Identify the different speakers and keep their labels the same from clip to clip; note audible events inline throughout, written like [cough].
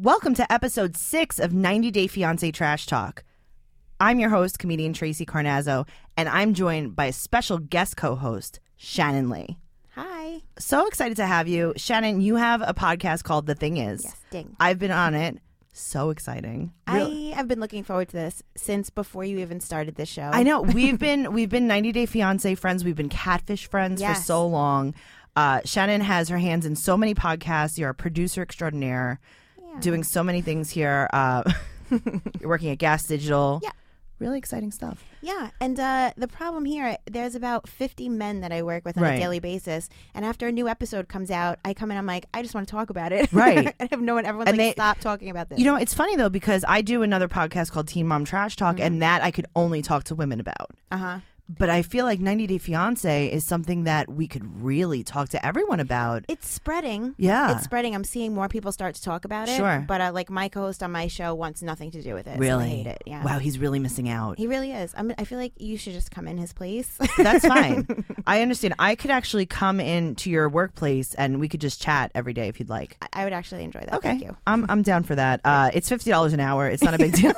Speaker 1: Welcome to episode six of 90 Day Fiancé Trash Talk. I'm your host, comedian Tracy Carnazzo, and I'm joined by a special guest co host, Shannon Lee.
Speaker 2: Hi.
Speaker 1: So excited to have you. Shannon, you have a podcast called The Thing Is.
Speaker 2: Yes, ding.
Speaker 1: I've been on it. So exciting.
Speaker 2: I have been looking forward to this since before you even started the show.
Speaker 1: I know
Speaker 2: [laughs]
Speaker 1: we've been we've been 90 Day Fiance friends. We've been catfish friends for
Speaker 2: Yes.
Speaker 1: so long. Uh, Shannon has her hands in so many podcasts. You're a producer extraordinaire, doing so many things here. Uh, [laughs] you're working at Gas Digital.
Speaker 2: Yeah.
Speaker 1: really exciting stuff.
Speaker 2: Yeah, and uh, the problem here, there's about 50 men that I work with on
Speaker 1: Right.
Speaker 2: a daily basis, and after a new episode comes out, I come in, I'm like, I just want to talk about it. [laughs]
Speaker 1: Right.
Speaker 2: I have no one. Everyone's
Speaker 1: And
Speaker 2: like,
Speaker 1: they-
Speaker 2: stop talking about this.
Speaker 1: You know, it's funny though because I do another podcast called Teen Mom Trash Talk,
Speaker 2: Mm-hmm.
Speaker 1: and that I could only talk to women about.
Speaker 2: uh huh.
Speaker 1: But I feel like 90 Day Fiance is something that we could really talk to everyone about.
Speaker 2: It's spreading.
Speaker 1: Yeah.
Speaker 2: It's spreading. I'm seeing more people start to talk about it.
Speaker 1: Sure.
Speaker 2: But uh, like my co-host on my show wants nothing to do with it. so I hate it. Yeah.
Speaker 1: Wow, he's really missing out.
Speaker 2: He really is. I'm, I feel like you should just come in his place. [laughs]
Speaker 1: That's fine. I understand. I could actually come into your workplace and we could just chat every day if you'd like.
Speaker 2: I would actually enjoy that.
Speaker 1: Okay,
Speaker 2: Thank you.
Speaker 1: I'm I'm down for that. Uh, it's fifty dollars an hour. It's not a big
Speaker 2: [laughs]
Speaker 1: deal.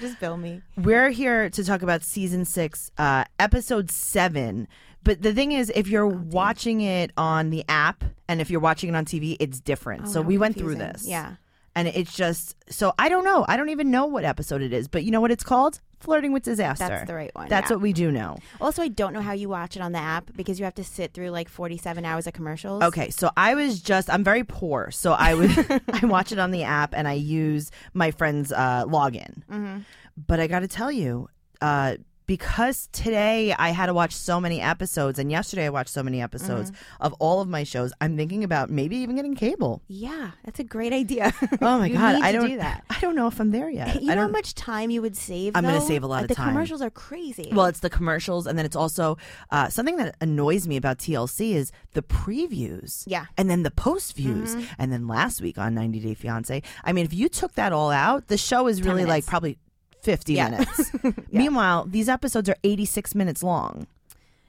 Speaker 2: Just bill me.
Speaker 1: We're here to talk about season six, uh, episode seven. But the thing is, if
Speaker 2: Oh,
Speaker 1: you're watching it on the app and if you're watching it on TV, it's different. so
Speaker 2: how
Speaker 1: we went through
Speaker 2: confusing.
Speaker 1: this.
Speaker 2: Yeah.
Speaker 1: and it's just so I don't know. I don't even know what episode it is, but you know what it's called? Flirting with disaster.
Speaker 2: That's the right one,
Speaker 1: That's
Speaker 2: yeah.
Speaker 1: what we do know.
Speaker 2: Also, I don't know how you watch it on the app because you have to sit through like 47 hours of commercials.
Speaker 1: Okay, so I was just I'm very poor, so I
Speaker 2: [laughs]
Speaker 1: would [laughs] I watch it on the app and I use my friend's uh, login.
Speaker 2: Mm-hmm.
Speaker 1: But I got to tell you, uh, because today I had to watch so many episodes, and yesterday I watched so many episodes
Speaker 2: Mm-hmm.
Speaker 1: of all of my shows. I'm thinking about maybe even getting cable.
Speaker 2: Yeah, that's a great idea.
Speaker 1: [laughs] Oh
Speaker 2: [laughs]
Speaker 1: my god,
Speaker 2: need
Speaker 1: I
Speaker 2: to
Speaker 1: don't
Speaker 2: do that.
Speaker 1: [laughs] I don't know if I'm there yet.
Speaker 2: you
Speaker 1: I
Speaker 2: know how
Speaker 1: don't.
Speaker 2: much time you would save?
Speaker 1: I'm gonna
Speaker 2: though?
Speaker 1: save a lot
Speaker 2: Like,
Speaker 1: of
Speaker 2: the
Speaker 1: time.
Speaker 2: commercials are crazy.
Speaker 1: well, it's the commercials, and then it's also uh, something that annoys me about TLC is the previews.
Speaker 2: Yeah. Mm-hmm.
Speaker 1: and then the post views, and then last week on 90 Day Fiance. I mean, if you took that all out, the show is really like
Speaker 2: minutes.
Speaker 1: probably 50
Speaker 2: [laughs] Yeah.
Speaker 1: minutes. [laughs] Meanwhile, these episodes are 86 minutes long.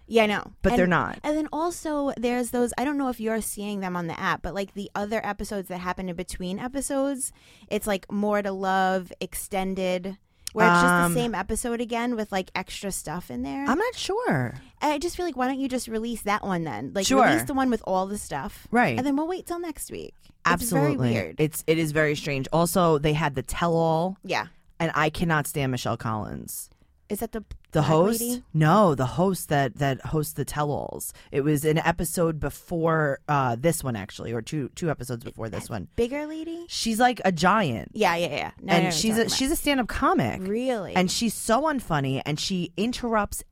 Speaker 2: yeah, I know,
Speaker 1: But
Speaker 2: And-
Speaker 1: they're not.
Speaker 2: And then also, there's those. I don't know if you're seeing them on the app, but like the other episodes that happen in between episodes, it's like more to love extended. Where it's just
Speaker 1: Um,
Speaker 2: the same episode again with like extra stuff in there.
Speaker 1: I'm not sure.
Speaker 2: I just feel like why don't you just release that one then? Like
Speaker 1: Sure.
Speaker 2: release the one with all the stuff,
Speaker 1: Right.
Speaker 2: And then we'll wait till next week. it's
Speaker 1: Absolutely.
Speaker 2: very weird.
Speaker 1: It's it is very strange. Also, they had the tell all
Speaker 2: yeah,
Speaker 1: and I cannot stand Michelle Collins.
Speaker 2: is that the
Speaker 1: The
Speaker 2: black
Speaker 1: host?
Speaker 2: lady?
Speaker 1: No, the host that that hosts the tell-alls. It was an episode before uh, this one, actually, or two two episodes before this one.
Speaker 2: bigger lady?
Speaker 1: She's like a giant,
Speaker 2: Yeah, yeah, yeah. No,
Speaker 1: and
Speaker 2: no, no,
Speaker 1: she's
Speaker 2: talking
Speaker 1: a
Speaker 2: about-
Speaker 1: she's a stand-up comic,
Speaker 2: really
Speaker 1: and she's so unfunny, and she interrupts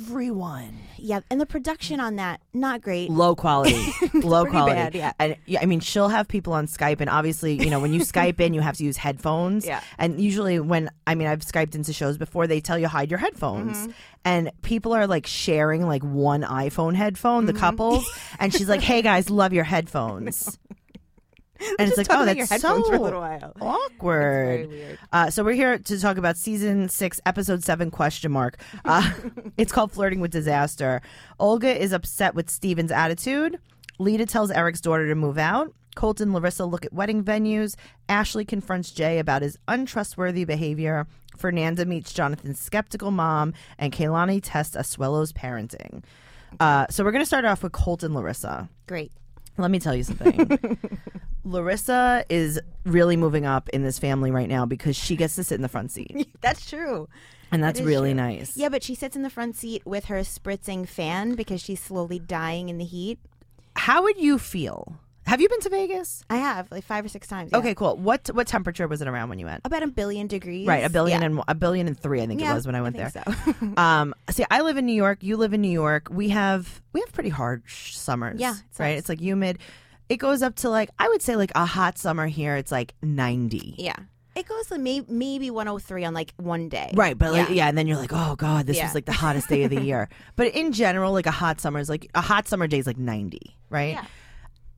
Speaker 1: everyone.
Speaker 2: yeah, and the production on that not great.
Speaker 1: Low
Speaker 2: [laughs]
Speaker 1: quality, low
Speaker 2: pretty
Speaker 1: quality.
Speaker 2: bad, yeah.
Speaker 1: And yeah, I mean, she'll have people on Skype, and obviously, you know, when you Skype in, you have to use headphones.
Speaker 2: Yeah.
Speaker 1: And usually, when I mean, I've Skyped into shows before, they tell you hide your headphones,
Speaker 2: Mm-hmm.
Speaker 1: and people are like sharing like one iPhone headphone,
Speaker 2: Mm-hmm.
Speaker 1: the couples, and she's like, "Hey guys, love your
Speaker 2: [laughs]
Speaker 1: headphones." And it's like,
Speaker 2: Talk
Speaker 1: oh, that's
Speaker 2: about your
Speaker 1: so
Speaker 2: headphones for a little uh, [laughs] while.
Speaker 1: awkward.
Speaker 2: It's very weird.
Speaker 1: Uh, so we're here to talk about season six, episode seven question mark. Uh, [laughs] it's called flirting with disaster. Olga is upset with Steven's attitude. Lita tells Eric's daughter to move out. Colt and Larissa look at wedding venues. Ashley confronts Jay about his untrustworthy behavior. Fernanda meets Jonathan's skeptical mom, and Kaylani tests Asuelo's parenting. Uh, so we're going to start off with Colt and Larissa.
Speaker 2: Great. [laughs]
Speaker 1: Let me tell you something. Larissa is really moving up in this family right now because she gets to sit in the front seat.
Speaker 2: That's true.
Speaker 1: And that's
Speaker 2: is
Speaker 1: really
Speaker 2: true.
Speaker 1: nice.
Speaker 2: Yeah, but she sits in the front seat with her spritzing fan because she's slowly dying in the heat.
Speaker 1: How would you feel? Have you been to Vegas?
Speaker 2: I have like five or six times. yeah.
Speaker 1: Okay, cool. What what temperature was it around when you went?
Speaker 2: about a billion degrees.
Speaker 1: Right, a billion
Speaker 2: Yeah.
Speaker 1: and a billion and three, I think
Speaker 2: Yeah,
Speaker 1: it was when I went
Speaker 2: think
Speaker 1: there.
Speaker 2: So.
Speaker 1: [laughs] um, see, I live in New York. You live in New York. We have we have pretty harsh summers.
Speaker 2: Yeah, it's
Speaker 1: right.
Speaker 2: nice.
Speaker 1: It's like humid. It goes up to like I would say like a hot summer here. It's like ninety.
Speaker 2: Yeah. It goes to may- maybe 103 on like one day.
Speaker 1: Right, but like
Speaker 2: Yeah.
Speaker 1: yeah. and then you're like, oh god, this
Speaker 2: Yeah.
Speaker 1: was like the hottest day of the
Speaker 2: [laughs]
Speaker 1: year. But in general, like a hot summer is like a hot summer day is like 90, right?
Speaker 2: Yeah.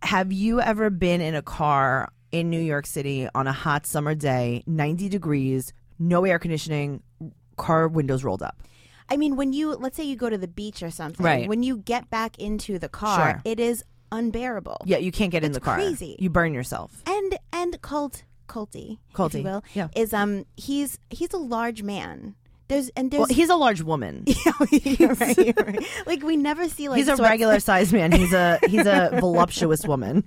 Speaker 1: Have you ever been in a car in New York City on a hot summer day, 90 degrees, no air conditioning, car windows rolled up?
Speaker 2: I mean, when you, let's say you go to the beach or something,
Speaker 1: Right.
Speaker 2: when you get back into the car,
Speaker 1: Sure.
Speaker 2: it is unbearable.
Speaker 1: Yeah, you can't get in the car.
Speaker 2: crazy.
Speaker 1: You burn yourself.
Speaker 2: And and cult culty, if
Speaker 1: Culty,
Speaker 2: you will,
Speaker 1: yeah.
Speaker 2: is um he's he's a large man. There's and
Speaker 1: Well,
Speaker 2: there's
Speaker 1: he's a large woman. [laughs]
Speaker 2: You're [laughs] right, you're right. like we never see like
Speaker 1: he's a
Speaker 2: sweats-
Speaker 1: regular sized man. He's a he's a
Speaker 2: [laughs]
Speaker 1: voluptuous woman.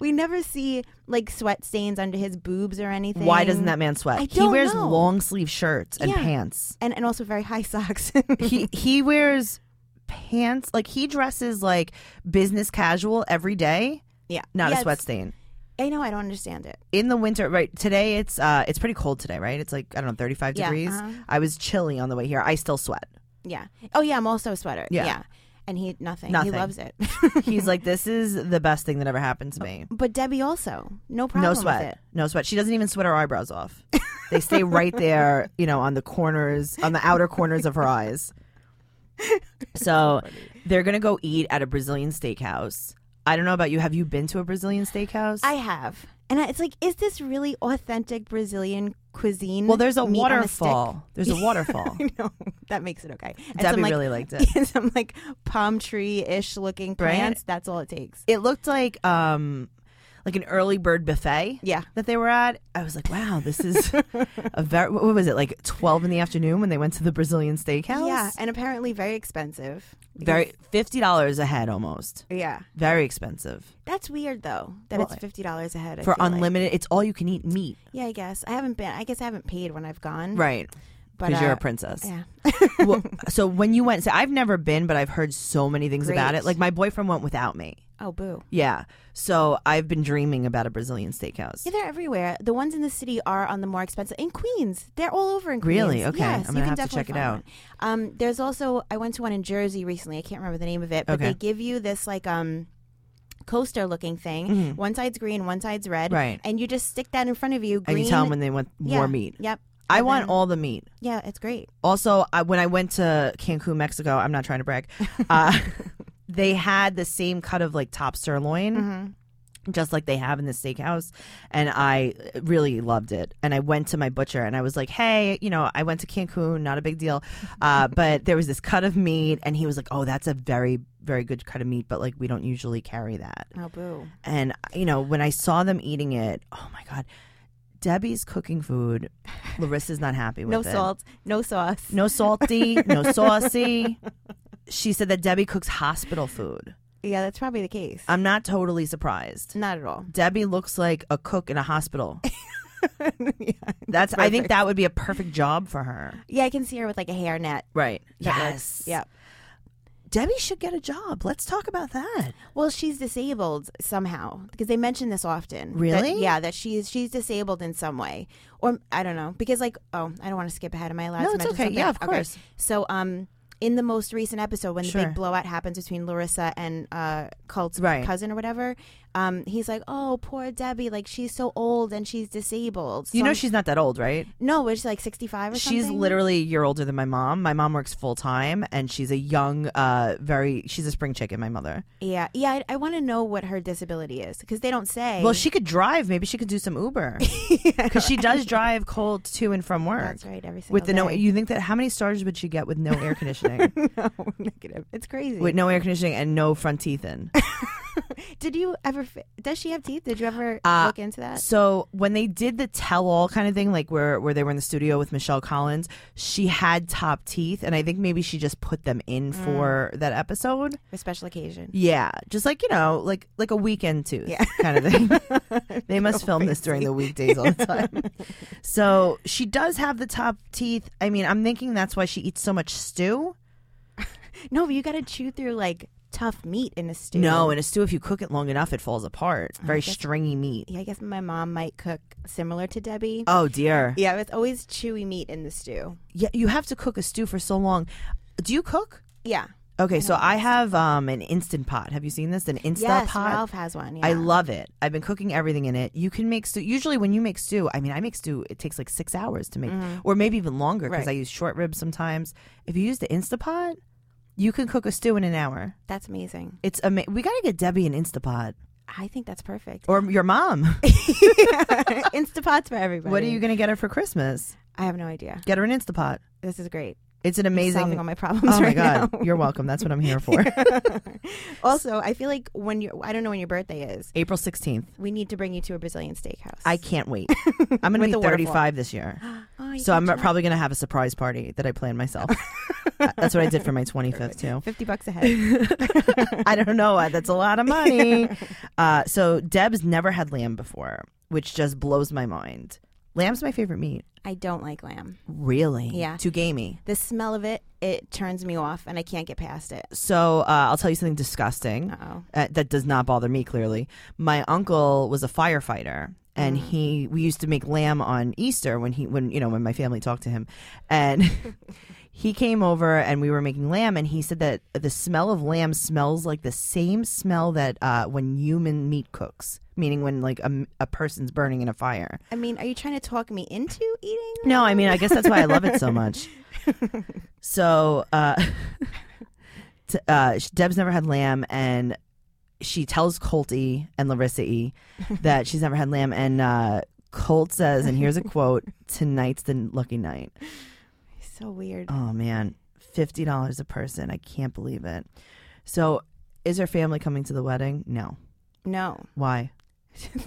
Speaker 2: we never see like sweat stains under his boobs or anything.
Speaker 1: Why doesn't that man sweat?
Speaker 2: I
Speaker 1: he
Speaker 2: don't
Speaker 1: wears
Speaker 2: know.
Speaker 1: long sleeve shirts and
Speaker 2: Yeah.
Speaker 1: pants.
Speaker 2: and and also very high [laughs] socks.
Speaker 1: He he wears pants like he dresses like business casual every day.
Speaker 2: yeah,
Speaker 1: Not
Speaker 2: Yeah,
Speaker 1: a sweat
Speaker 2: it's-
Speaker 1: stain.
Speaker 2: I know I don't understand it.
Speaker 1: In the winter, right today it's uh it's pretty cold today, right? It's like I don't know, thirty five
Speaker 2: Yeah,
Speaker 1: degrees.
Speaker 2: uh-huh.
Speaker 1: I was chilly on the way here. I still sweat.
Speaker 2: Yeah. Oh yeah, I'm also a sweater.
Speaker 1: Yeah.
Speaker 2: Yeah. And he nothing.
Speaker 1: Nothing.
Speaker 2: He loves it. [laughs]
Speaker 1: He's like, this is the best thing that ever happened to me.
Speaker 2: but Debbie also no problem
Speaker 1: no
Speaker 2: with it.
Speaker 1: sweat. No sweat. She doesn't even sweat her eyebrows off. they stay right [laughs] there, you know, on the corners, on the outer corners of her [laughs] eyes. So they're going to go eat at a Brazilian steakhouse. I don't know about you. Have you been to a Brazilian steakhouse?
Speaker 2: I have, and I- it's like, is this really authentic Brazilian cuisine?
Speaker 1: well, there's a
Speaker 2: Meat on stick?
Speaker 1: waterfall. there's a [laughs] waterfall.
Speaker 2: [laughs] I know that makes it okay. And
Speaker 1: Debbie
Speaker 2: some, [laughs] like,
Speaker 1: really liked it.
Speaker 2: and some like palm tree ish looking plants. That's all it takes.
Speaker 1: [laughs] It looked like um like an early bird buffet.
Speaker 2: Yeah.
Speaker 1: that they were at, I was like, wow, this [laughs] is a very, what was it, like 12 in the afternoon when they went to the Brazilian steakhouse?
Speaker 2: Yeah, and apparently very expensive.
Speaker 1: Very, $50 a head almost.
Speaker 2: Yeah,
Speaker 1: Very expensive
Speaker 2: that's weird though. That
Speaker 1: Well,
Speaker 2: it's fifty dollars a head I
Speaker 1: for
Speaker 2: feel like.
Speaker 1: unlimited, it's all you can eat meat.
Speaker 2: Yeah, I guess I haven't been. I guess I haven't paid when I've gone.
Speaker 1: Right.
Speaker 2: Mm-hmm. but
Speaker 1: Because you're
Speaker 2: uh,
Speaker 1: a princess.
Speaker 2: yeah.
Speaker 1: [laughs]
Speaker 2: [laughs]
Speaker 1: Well, so when you went, so I've never been, but I've heard so many things about
Speaker 2: Great.
Speaker 1: it. Like my boyfriend went without me.
Speaker 2: Oh boo.
Speaker 1: Yeah. So I've been dreaming about a Brazilian steakhouse.
Speaker 2: Yeah, they're everywhere. The ones in the city are on the more expensive. In Queens, they're all over in Queens.
Speaker 1: Really? Okay.
Speaker 2: Yes,
Speaker 1: I'm gonna
Speaker 2: you can
Speaker 1: have to
Speaker 2: definitely
Speaker 1: check it
Speaker 2: find
Speaker 1: out.
Speaker 2: one. Um, there's also I went to one in Jersey recently. I can't remember the name of it, but
Speaker 1: Okay.
Speaker 2: they give you this like um coaster looking thing. One side's green, one side's red.
Speaker 1: Mm-hmm. Right.
Speaker 2: And you just stick that in front of you. Green.
Speaker 1: And you tell them when they want
Speaker 2: yeah,
Speaker 1: more meat.
Speaker 2: Yep.
Speaker 1: I
Speaker 2: And
Speaker 1: want
Speaker 2: then-
Speaker 1: all the meat.
Speaker 2: Yeah,
Speaker 1: [laughs]
Speaker 2: it's great.
Speaker 1: Also, I, when I went to Cancun, Mexico, I'm not trying to brag.
Speaker 2: Mm-hmm.
Speaker 1: Uh, [laughs] they had the same cut of like top sirloin, just like they have in the steakhouse, and I uh, really loved it. And I went to my butcher and I was like, "Hey, you know, I went to Cancun, not a big deal, uh, but there was this cut of meat," and he was like, "Oh, that's a very, very good cut of meat, but like we don't usually carry that."
Speaker 2: Oh boo.
Speaker 1: And you know, when I saw them eating it, oh my god. Debbie's cooking food. Larissa's not happy with
Speaker 2: No
Speaker 1: it.
Speaker 2: salt. No sauce.
Speaker 1: No salty, no saucy. She said that Debbie cooks hospital food.
Speaker 2: Yeah, that's probably the case.
Speaker 1: I'm not totally surprised.
Speaker 2: Not
Speaker 1: [laughs]
Speaker 2: at all.
Speaker 1: Debbie looks like a cook in a hospital.
Speaker 2: yeah.
Speaker 1: That's I think that would be a perfect job for her.
Speaker 2: Yeah, I can see her with like a hairnet.
Speaker 1: Right.
Speaker 2: that, like-
Speaker 1: Yes.
Speaker 2: Yeah.
Speaker 1: Debbie should get a job. Let's talk about that.
Speaker 2: Well, she's disabled somehow because they mention this often. That-
Speaker 1: Really?
Speaker 2: yeah, that she's she's disabled in some way, or I don't know because like oh, I don't want to skip ahead. Am I allowed?
Speaker 1: No,
Speaker 2: to
Speaker 1: it's
Speaker 2: mention
Speaker 1: okay.
Speaker 2: something?
Speaker 1: Yeah, of
Speaker 2: Okay.
Speaker 1: course.
Speaker 2: So, um, in the most recent episode, when the
Speaker 1: Sure.
Speaker 2: big blowout happens between Larissa and uh, Cult's
Speaker 1: Right.
Speaker 2: cousin or whatever, um, he's like, "Oh, poor Debbie, like she's so old and she's disabled."
Speaker 1: You
Speaker 2: So
Speaker 1: know
Speaker 2: I'm-
Speaker 1: she's not that old, right?
Speaker 2: no, was she like sixty five or something?
Speaker 1: She's literally a year older than my mom. My mom works full time and she's a young, uh very she's a spring chicken, my mother.
Speaker 2: yeah, yeah. I, I want to know what her disability is because they don't say.
Speaker 1: Well, she could drive. Maybe she could do some
Speaker 2: [laughs]
Speaker 1: Uber. Because she does drive cold to and from work.
Speaker 2: that's right. Every single
Speaker 1: with the no [laughs]
Speaker 2: day.
Speaker 1: you think that how many stars would she get with no air
Speaker 2: [laughs]
Speaker 1: conditioning
Speaker 2: no negative. It's crazy.
Speaker 1: with no air conditioning and no front teeth in
Speaker 2: Did you ever? fi- Does she have teeth? Did you ever
Speaker 1: Uh,
Speaker 2: look into that?
Speaker 1: so when they did the tell-all kind of thing like where where they were in the studio with michelle collins she had top teeth and i think maybe she just put them in for that episode
Speaker 2: For special occasion.
Speaker 1: Mm. yeah just like you know like like a weekend tooth
Speaker 2: Yeah.
Speaker 1: kind of [laughs] thing they must film this during the weekdays all [laughs] the time so she does have the top teeth i mean i'm thinking that's why she eats so much stew
Speaker 2: No, but you got to chew through like tough meat in a stew.
Speaker 1: No, and a stew, if you cook it long enough, it falls apart. Very
Speaker 2: guess-
Speaker 1: stringy meat.
Speaker 2: yeah, I guess my mom might cook similar to Debbie.
Speaker 1: Oh dear.
Speaker 2: yeah, it's always chewy meat in the stew.
Speaker 1: Yeah, you have to cook a stew for so long. Do you cook?
Speaker 2: Yeah.
Speaker 1: Okay, so I have um an instant pot. Have you seen this? An Insta
Speaker 2: yes,
Speaker 1: pot.
Speaker 2: Ralph has one. Yeah.
Speaker 1: I love it. I've been cooking everything in it. You can make stew. Usually, when you make stew, I mean, I make stew. It takes like six hours to make, or maybe even longer because
Speaker 2: Mm-hmm. Right.
Speaker 1: I use short ribs sometimes. If you use the Instapot, you can cook a stew in an hour.
Speaker 2: That's amazing.
Speaker 1: It's amazing. We gotta get Debbie an Instapot
Speaker 2: I think that's perfect.
Speaker 1: or your mom.
Speaker 2: [laughs]
Speaker 1: [laughs]
Speaker 2: Instapots for everybody.
Speaker 1: what are you gonna get her for Christmas?
Speaker 2: I have no idea.
Speaker 1: Get her an Instapot.
Speaker 2: This is great.
Speaker 1: It's an
Speaker 2: solving all
Speaker 1: amazing.
Speaker 2: my problems.
Speaker 1: [laughs] Oh my
Speaker 2: right
Speaker 1: god,
Speaker 2: now.
Speaker 1: you're welcome. That's what I'm here for.
Speaker 2: [laughs] also, I feel like when you I don't know when your birthday is.
Speaker 1: April 16th.
Speaker 2: We need to bring you to a Brazilian steakhouse.
Speaker 1: I can't wait. I'm going to
Speaker 2: With the
Speaker 1: be
Speaker 2: waterfall.
Speaker 1: 35 this year.
Speaker 2: [gasps] Oh, you
Speaker 1: So I'm
Speaker 2: got you.
Speaker 1: probably going to have a surprise party that I plan myself. Uh, That's what I did for my 25th
Speaker 2: [laughs]
Speaker 1: too.
Speaker 2: 50 bucks a head.
Speaker 1: I don't know. why. That's a lot of money. Uh, so Deb's never had lamb before, which just blows my mind. Lamb's my favorite meat.
Speaker 2: I don't like lamb.
Speaker 1: Really?
Speaker 2: Yeah.
Speaker 1: Too gamey.
Speaker 2: The smell of it, it turns me off and I can't get past it.
Speaker 1: So uh, I'll tell you something disgusting
Speaker 2: Uh-oh.
Speaker 1: uh, that does not bother me. Clearly, my uncle was a firefighter, and he we used to make lamb on Easter when he when you know when my family talked to him, and [laughs] he came over and we were making lamb, and he said that the smell of lamb smells like the same smell that uh, when human meat cooks, meaning when like a, a person's burning in a fire.
Speaker 2: I mean, are you trying to talk me into eating?
Speaker 1: No, I mean, I guess that's why I love it so
Speaker 2: [laughs]
Speaker 1: much. So, uh, [laughs] t- uh, sh- Deb's never had lamb, and she tells Colty and Larissa E that she's never had lamb. And uh, Colt says, and here's a quote Tonight's the lucky night.
Speaker 2: So weird.
Speaker 1: Oh, man. $50 a person. I can't believe it. So, is her family coming to the wedding? No.
Speaker 2: No. [laughs]
Speaker 1: Why?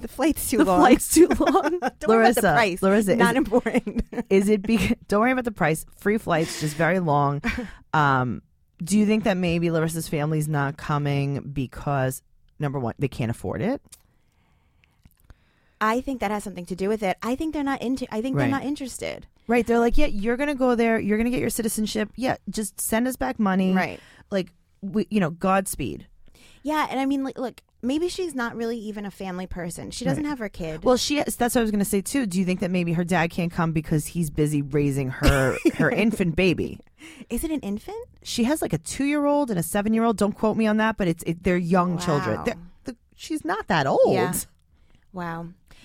Speaker 2: the flight's too
Speaker 1: The
Speaker 2: long.
Speaker 1: flight's too long.
Speaker 2: [laughs] Don't worry about the
Speaker 1: Larissa,
Speaker 2: price.
Speaker 1: Larissa, is
Speaker 2: Not
Speaker 1: it-
Speaker 2: important.
Speaker 1: is it be- [laughs] don't worry about the price free flights just very long um do you think that maybe larissa's family's not coming because number one they can't afford it
Speaker 2: [laughs] I think that has something to do with it. I think they're not into. I think
Speaker 1: Right.
Speaker 2: they're not interested.
Speaker 1: right they're like yeah you're gonna go there you're gonna get your citizenship yeah just send us back money
Speaker 2: Right.
Speaker 1: like we, you know godspeed
Speaker 2: Yeah, and I mean, like, look, maybe she's not really even a family person. She doesn't have her kid.
Speaker 1: well she that's what i was gonna say too do you think that maybe her dad can't come because he's busy raising [laughs] her her infant baby
Speaker 2: is it an infant?
Speaker 1: she has like a two-year-old and a seven-year-old don't quote me on that but it's it, they're young children
Speaker 2: Wow.
Speaker 1: they're, the, she's not that old
Speaker 2: Yeah. Wow.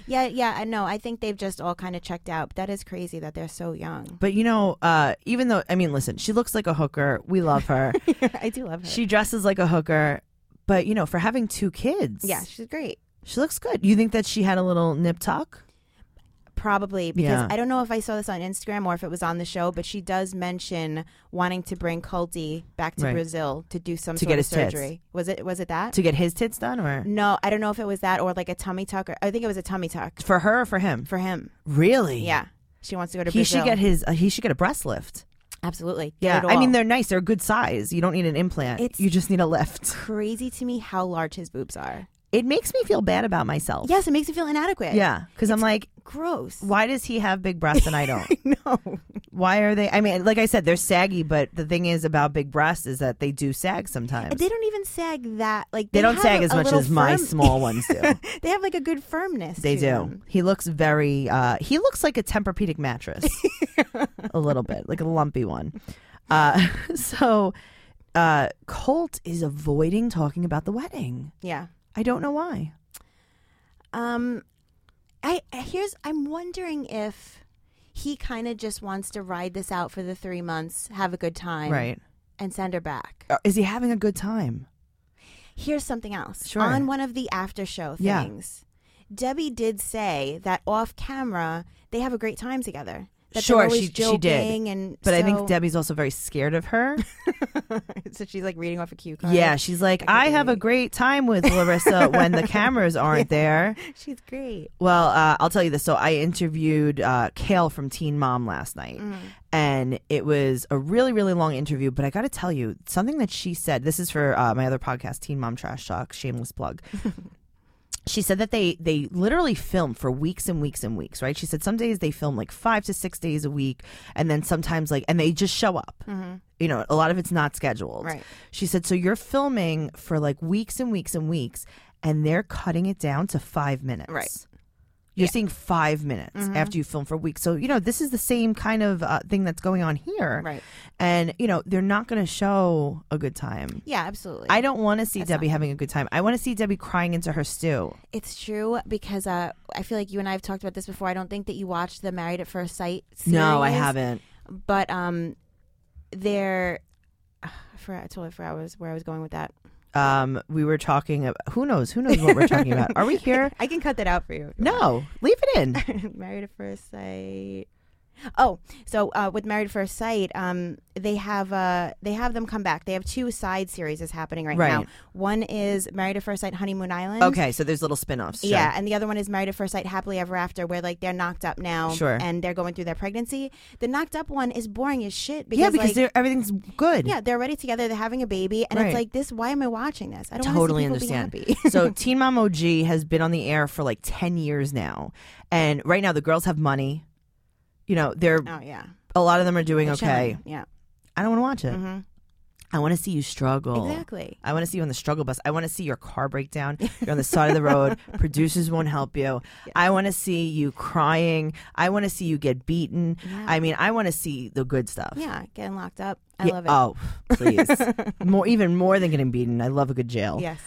Speaker 2: Yeah, yeah. I know. I think they've just all kind of checked out. That is crazy that they're so young.
Speaker 1: But you know, uh, even though I mean, listen, she looks like a hooker. We love
Speaker 2: [laughs]
Speaker 1: her.
Speaker 2: [laughs] I do love her.
Speaker 1: she dresses like a hooker. But you know, for having two kids,
Speaker 2: yeah, she's great.
Speaker 1: she looks good. You think that she had a little nip tuck?
Speaker 2: Probably because
Speaker 1: Yeah.
Speaker 2: I don't know if I saw this on Instagram or if it was on the show, but she does mention wanting to bring Colty back to
Speaker 1: Right.
Speaker 2: Brazil to do some
Speaker 1: To
Speaker 2: sort
Speaker 1: get
Speaker 2: of
Speaker 1: his tits.
Speaker 2: surgery. Was it was it that?
Speaker 1: to get his tits done, or
Speaker 2: no, I don't know if it was that or like a tummy tuck. Or, I think it was a tummy tuck
Speaker 1: for her or for him?
Speaker 2: for him.
Speaker 1: Really?
Speaker 2: Yeah, she wants to go to
Speaker 1: He
Speaker 2: Brazil.
Speaker 1: should get his. Uh, he should get a breast lift.
Speaker 2: absolutely.
Speaker 1: Yeah.
Speaker 2: Get it
Speaker 1: I mean,
Speaker 2: all.
Speaker 1: they're nice. They're a good size. You don't need an implant.
Speaker 2: It's-
Speaker 1: you just need a lift.
Speaker 2: crazy to me how large his boobs are.
Speaker 1: It makes me feel bad about myself.
Speaker 2: Yes, it makes me feel inadequate.
Speaker 1: Yeah. Because I'm like,
Speaker 2: gross.
Speaker 1: why does he have big breasts and I don't? [laughs]
Speaker 2: [laughs] no,
Speaker 1: why are they? I mean, like I said, they're saggy. But the thing is about big breasts is that they do sag sometimes.
Speaker 2: they don't even sag that. Like
Speaker 1: They don't
Speaker 2: have
Speaker 1: sag
Speaker 2: a-
Speaker 1: as
Speaker 2: a
Speaker 1: much
Speaker 2: little
Speaker 1: as my
Speaker 2: firm-
Speaker 1: small ones [laughs] do.
Speaker 2: they have like a good firmness.
Speaker 1: They
Speaker 2: to
Speaker 1: do.
Speaker 2: them.
Speaker 1: He looks very. Uh, he looks like a Tempur-Pedic mattress, [laughs] a little bit, like a lumpy one. Uh, [laughs] so, uh, Colt is avoiding talking about the wedding.
Speaker 2: Yeah.
Speaker 1: I don't know why.
Speaker 2: Um, I I- here's I'm wondering if he kind of just wants to ride this out for the three months, have a good time,
Speaker 1: Right?
Speaker 2: and send her back.
Speaker 1: Uh, Is he having a good time?
Speaker 2: Here's something else.
Speaker 1: Sure.
Speaker 2: On one of the after show
Speaker 1: Yeah.
Speaker 2: things, Debbie did say that off camera they have a great time together. That they're
Speaker 1: Sure,
Speaker 2: always
Speaker 1: she- she did.
Speaker 2: joking and
Speaker 1: But I think
Speaker 2: so-
Speaker 1: Debbie's also very scared of [laughs] her.
Speaker 2: [laughs] so she's like reading off a cue card.
Speaker 1: yeah, she's like,
Speaker 2: I could
Speaker 1: I have a
Speaker 2: relate.
Speaker 1: great time with Larissa when [laughs] the cameras aren't there.
Speaker 2: [laughs] she's great.
Speaker 1: Well, uh, I'll tell you this. So I interviewed uh, Kale from Teen Mom last night, and it was a really, really long interview. But I got to tell you something that she said. This is for uh, my other podcast, Teen Mom Trash Talk. Shameless plug. she said that they they literally film for weeks and weeks and weeks. Right? She said some days they film like five to six days a week, and then sometimes like and they just show up.
Speaker 2: Mm-hmm.
Speaker 1: You know, a lot of it's not scheduled.
Speaker 2: Right.
Speaker 1: She said, so you're filming for like weeks and weeks and weeks, and they're cutting it down to five minutes.
Speaker 2: Right. Mm-hmm.
Speaker 1: You're seeing five minutes after you film for weeks. So, you know, this is the same kind of uh, thing that's going on here.
Speaker 2: Right.
Speaker 1: And, you know, they're not going to show a good time.
Speaker 2: Yeah, absolutely.
Speaker 1: I don't want to see
Speaker 2: That's
Speaker 1: Debbie having a good time. I want to see Debbie crying into her stew.
Speaker 2: it's true because uh, I feel like you and I have talked about this before. I don't think that you watched the Married at First Sight. Series,
Speaker 1: No, I haven't.
Speaker 2: But um, there, [sighs] I forgot. I totally forgot I was where I was going with that.
Speaker 1: Um, we were talking about who knows? Who knows what we're talking about?
Speaker 2: [laughs]
Speaker 1: Are we here?
Speaker 2: I can cut that out for you. [laughs]
Speaker 1: No, leave it in.
Speaker 2: Married at First Sight. Oh, so uh, with Married at First Sight, um, they have uh, they have them come back. They have two side series is happening right, now.
Speaker 1: Right.
Speaker 2: One is Married at First Sight, Honeymoon Island.
Speaker 1: Okay, so there's little spin-offs. Sure.
Speaker 2: Yeah, and the other one is Married at First Sight, Happily Ever After, where like they're knocked up now,
Speaker 1: Sure.
Speaker 2: and they're going through their pregnancy. The knocked up one is boring as shit. Because,
Speaker 1: yeah, because
Speaker 2: like,
Speaker 1: they're, everything's good.
Speaker 2: yeah, they're already together. They're having a baby, and
Speaker 1: Right.
Speaker 2: it's like this. Why am I watching this? I don't wanna see
Speaker 1: totally
Speaker 2: people be
Speaker 1: understand. [laughs]
Speaker 2: happy.
Speaker 1: so Teen Mom OG has been on the air for like 10 years now. And right now the girls have money. You know, they're
Speaker 2: oh yeah,
Speaker 1: a lot of them are doing
Speaker 2: They're
Speaker 1: okay.
Speaker 2: chilling. Yeah,
Speaker 1: I don't want to watch it.
Speaker 2: Mhm.
Speaker 1: I want to see you struggle.
Speaker 2: Mm-hmm. exactly.
Speaker 1: I want to see you on the struggle bus. I want to see your car break down. You're on the side of the
Speaker 2: [laughs]
Speaker 1: road. Producers won't help you. I want to see you crying. I want to see you get beaten.
Speaker 2: Yeah.
Speaker 1: I mean, I want to see the good stuff.
Speaker 2: Yeah, getting locked up. I
Speaker 1: Yeah-
Speaker 2: love it.
Speaker 1: Oh,
Speaker 2: [laughs]
Speaker 1: please. more, even more than getting beaten. I love a good jail. [laughs]
Speaker 2: Yes.